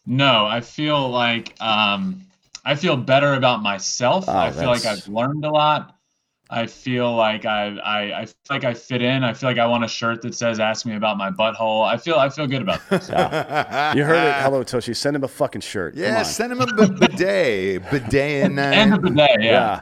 Speaker 5: No, I feel like um, I feel better about myself.
Speaker 4: Oh,
Speaker 5: I feel like
Speaker 4: that's-
Speaker 5: I've learned a lot. I feel like I, I I feel like I fit in. I feel like I want a shirt that says "Ask me about my butthole." I feel I feel good about this.
Speaker 4: You heard it, Hello Tushy. Send him a fucking shirt. Come
Speaker 3: Yeah,
Speaker 4: on.
Speaker 3: send him a b- bidet. Bidet and
Speaker 5: End of the day,
Speaker 4: yeah.
Speaker 5: yeah.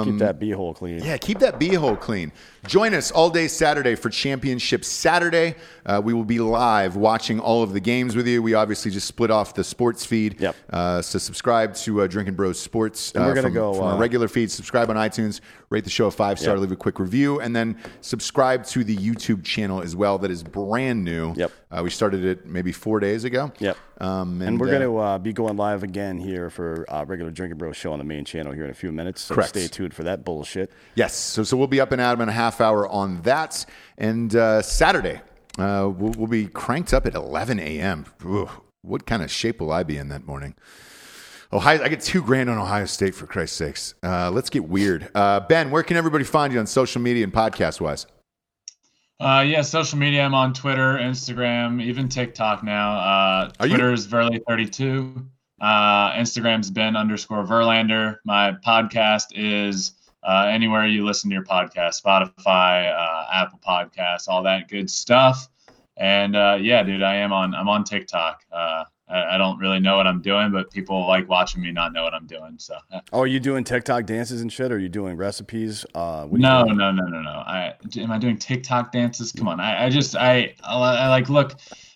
Speaker 3: Um,
Speaker 4: Keep that beehole clean.
Speaker 3: Yeah, keep that beehole clean. Join us all day Saturday for Championship Saturday. Uh, we will be live watching all of the games with you. We obviously just split off the sports feed.
Speaker 4: Yep.
Speaker 3: Uh, so subscribe to uh, Drinking Bros Sports.
Speaker 4: And we're
Speaker 3: uh,
Speaker 4: gonna
Speaker 3: from,
Speaker 4: go,
Speaker 3: from our
Speaker 4: uh,
Speaker 3: regular feed. Subscribe on iTunes. Rate the show a five star.
Speaker 4: Yep.
Speaker 3: Leave a quick review, and then subscribe to the YouTube channel as well. That is brand new.
Speaker 4: Yep.
Speaker 3: Uh, we started it maybe four days ago.
Speaker 4: Yep.
Speaker 3: Um, and,
Speaker 4: And we're
Speaker 3: uh,
Speaker 4: going to uh, be going live again here for uh, regular Drinking Bros show on the main channel here in a few minutes. So
Speaker 3: Correct.
Speaker 4: stay tuned for that bullshit.
Speaker 3: Yes. So, so we'll be up and out in a half hour on that. And uh, Saturday, uh, we'll, we'll be cranked up at 11 a.m. Ooh, what kind of shape will I be in that morning? Ohio, I get two grand on Ohio State for Christ's sakes. Uh, let's get weird. Uh, ben, where can everybody find you on social media and podcast wise?
Speaker 5: Uh, yeah, social media. I'm on Twitter, Instagram, even TikTok now. Uh,
Speaker 3: Are you-
Speaker 5: Twitter is Verley32. Uh, Instagram's Ben underscore Verlander. My podcast is uh, anywhere you listen to your podcast, Spotify, uh, Apple Podcasts, all that good stuff. And uh, yeah, dude, I am on. I'm on TikTok. Uh, I, I don't really know what I'm doing, but people like watching me not know what I'm doing. So
Speaker 4: Oh, are you doing TikTok dances and shit? Or are you doing recipes? Uh, what are you
Speaker 5: No,
Speaker 4: doing?
Speaker 5: no, no, no, no. I am I doing TikTok dances? Come on. I, I just I, I li- I like look.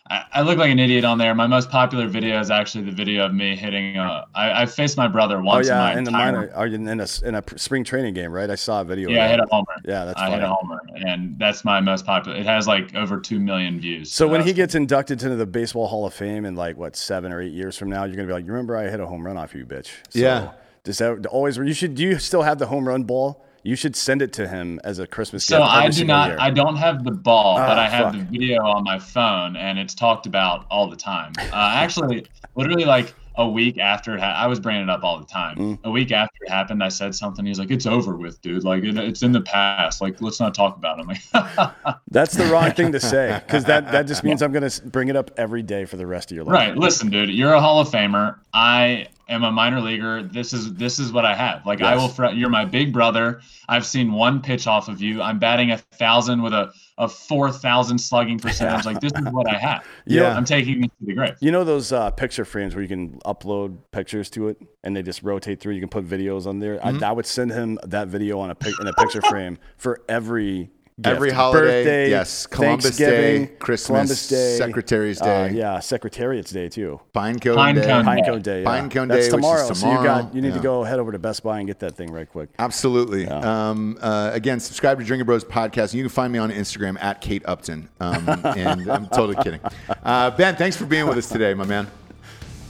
Speaker 5: I, I look like an idiot on there. My most popular video is actually the video of me hitting. Uh, I, I faced my brother
Speaker 4: Oh
Speaker 5: once.
Speaker 4: yeah,
Speaker 5: in
Speaker 4: in the
Speaker 5: my entire-
Speaker 4: minor, are you in a in a pr- spring training game, right? I saw a video. of
Speaker 5: Yeah, I
Speaker 4: that.
Speaker 5: hit a homer.
Speaker 4: Yeah, that's
Speaker 5: I hit a
Speaker 4: funny.
Speaker 5: homer, and that's my most popular. It has like over two million views.
Speaker 4: So when
Speaker 5: that's-
Speaker 4: he gets inducted into the Baseball Hall of Fame in like what seven or eight years from now, you're gonna be like, "You remember I hit a home run off you, bitch." So
Speaker 3: Yeah.
Speaker 4: Just that, always. You should. Do you still have the home run ball? You should send it to him as a Christmas
Speaker 5: So
Speaker 4: gift.
Speaker 5: I
Speaker 4: every
Speaker 5: do
Speaker 4: single
Speaker 5: not.
Speaker 4: year.
Speaker 5: I don't have the ball, but
Speaker 4: Ah,
Speaker 5: I
Speaker 4: fuck.
Speaker 5: have the video on my phone, and it's talked about all the time. Uh, actually, literally like a week after it, ha- I was bringing it up all the time.
Speaker 4: Mm.
Speaker 5: A week after it happened, I said something. He's like, "It's over with, dude. Like it, it's in the past. Like let's not talk about it." I'm like,
Speaker 4: That's the wrong thing to say because that that just means I'm gonna s- bring it up every day for the rest of your life.
Speaker 5: "Right, listen, dude. You're a Hall of Famer. I am a minor leaguer. This is this is what I have. Like I
Speaker 4: Yes.
Speaker 5: will. Fr- you're my big brother. I've seen one pitch off of you. I'm batting a thousand with a a four thousand slugging percentage. Like this is what I have.
Speaker 3: Yeah.
Speaker 5: I'm taking this to the grave.
Speaker 4: You know those uh, picture frames where you can upload pictures to it and they just rotate through. You can put videos on there.
Speaker 3: Mm-hmm.
Speaker 4: I, I would send him that video on a pic- in a picture frame for every gift.
Speaker 3: Every holiday,
Speaker 4: birthday,
Speaker 3: yes, Columbus Day,
Speaker 4: Thanksgiving,
Speaker 3: Christmas,
Speaker 4: Columbus Day,
Speaker 3: Secretary's
Speaker 4: uh,
Speaker 3: Day.
Speaker 4: yeah, Secretariat's Day too.
Speaker 3: Pinecone,
Speaker 5: Pinecone
Speaker 3: Day.
Speaker 5: Day.
Speaker 4: Pinecone Day. Yeah.
Speaker 3: Pinecone
Speaker 4: That's
Speaker 3: Day, which is
Speaker 4: tomorrow, So you
Speaker 3: tomorrow.
Speaker 4: got you need
Speaker 3: Yeah.
Speaker 4: to go head over to Best Buy and get that thing right quick.
Speaker 3: Absolutely. Um, uh, again, subscribe to Drinking Bros podcast. You can find me on Instagram at Kate Upton. Um, and I'm totally kidding. Uh, ben, thanks for being with us today, my man.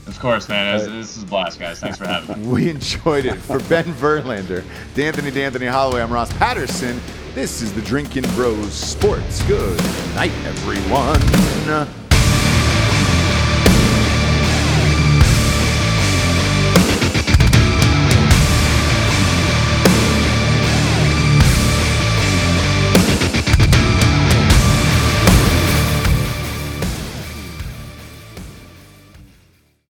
Speaker 5: Of course, man. This, this is a blast, guys. Thanks for having me.
Speaker 3: We enjoyed it. For Ben Verlander, D'Anthony D'Anthony Holloway, I'm Ross Patterson. This is the Drinking Bros Sports. Good night, everyone.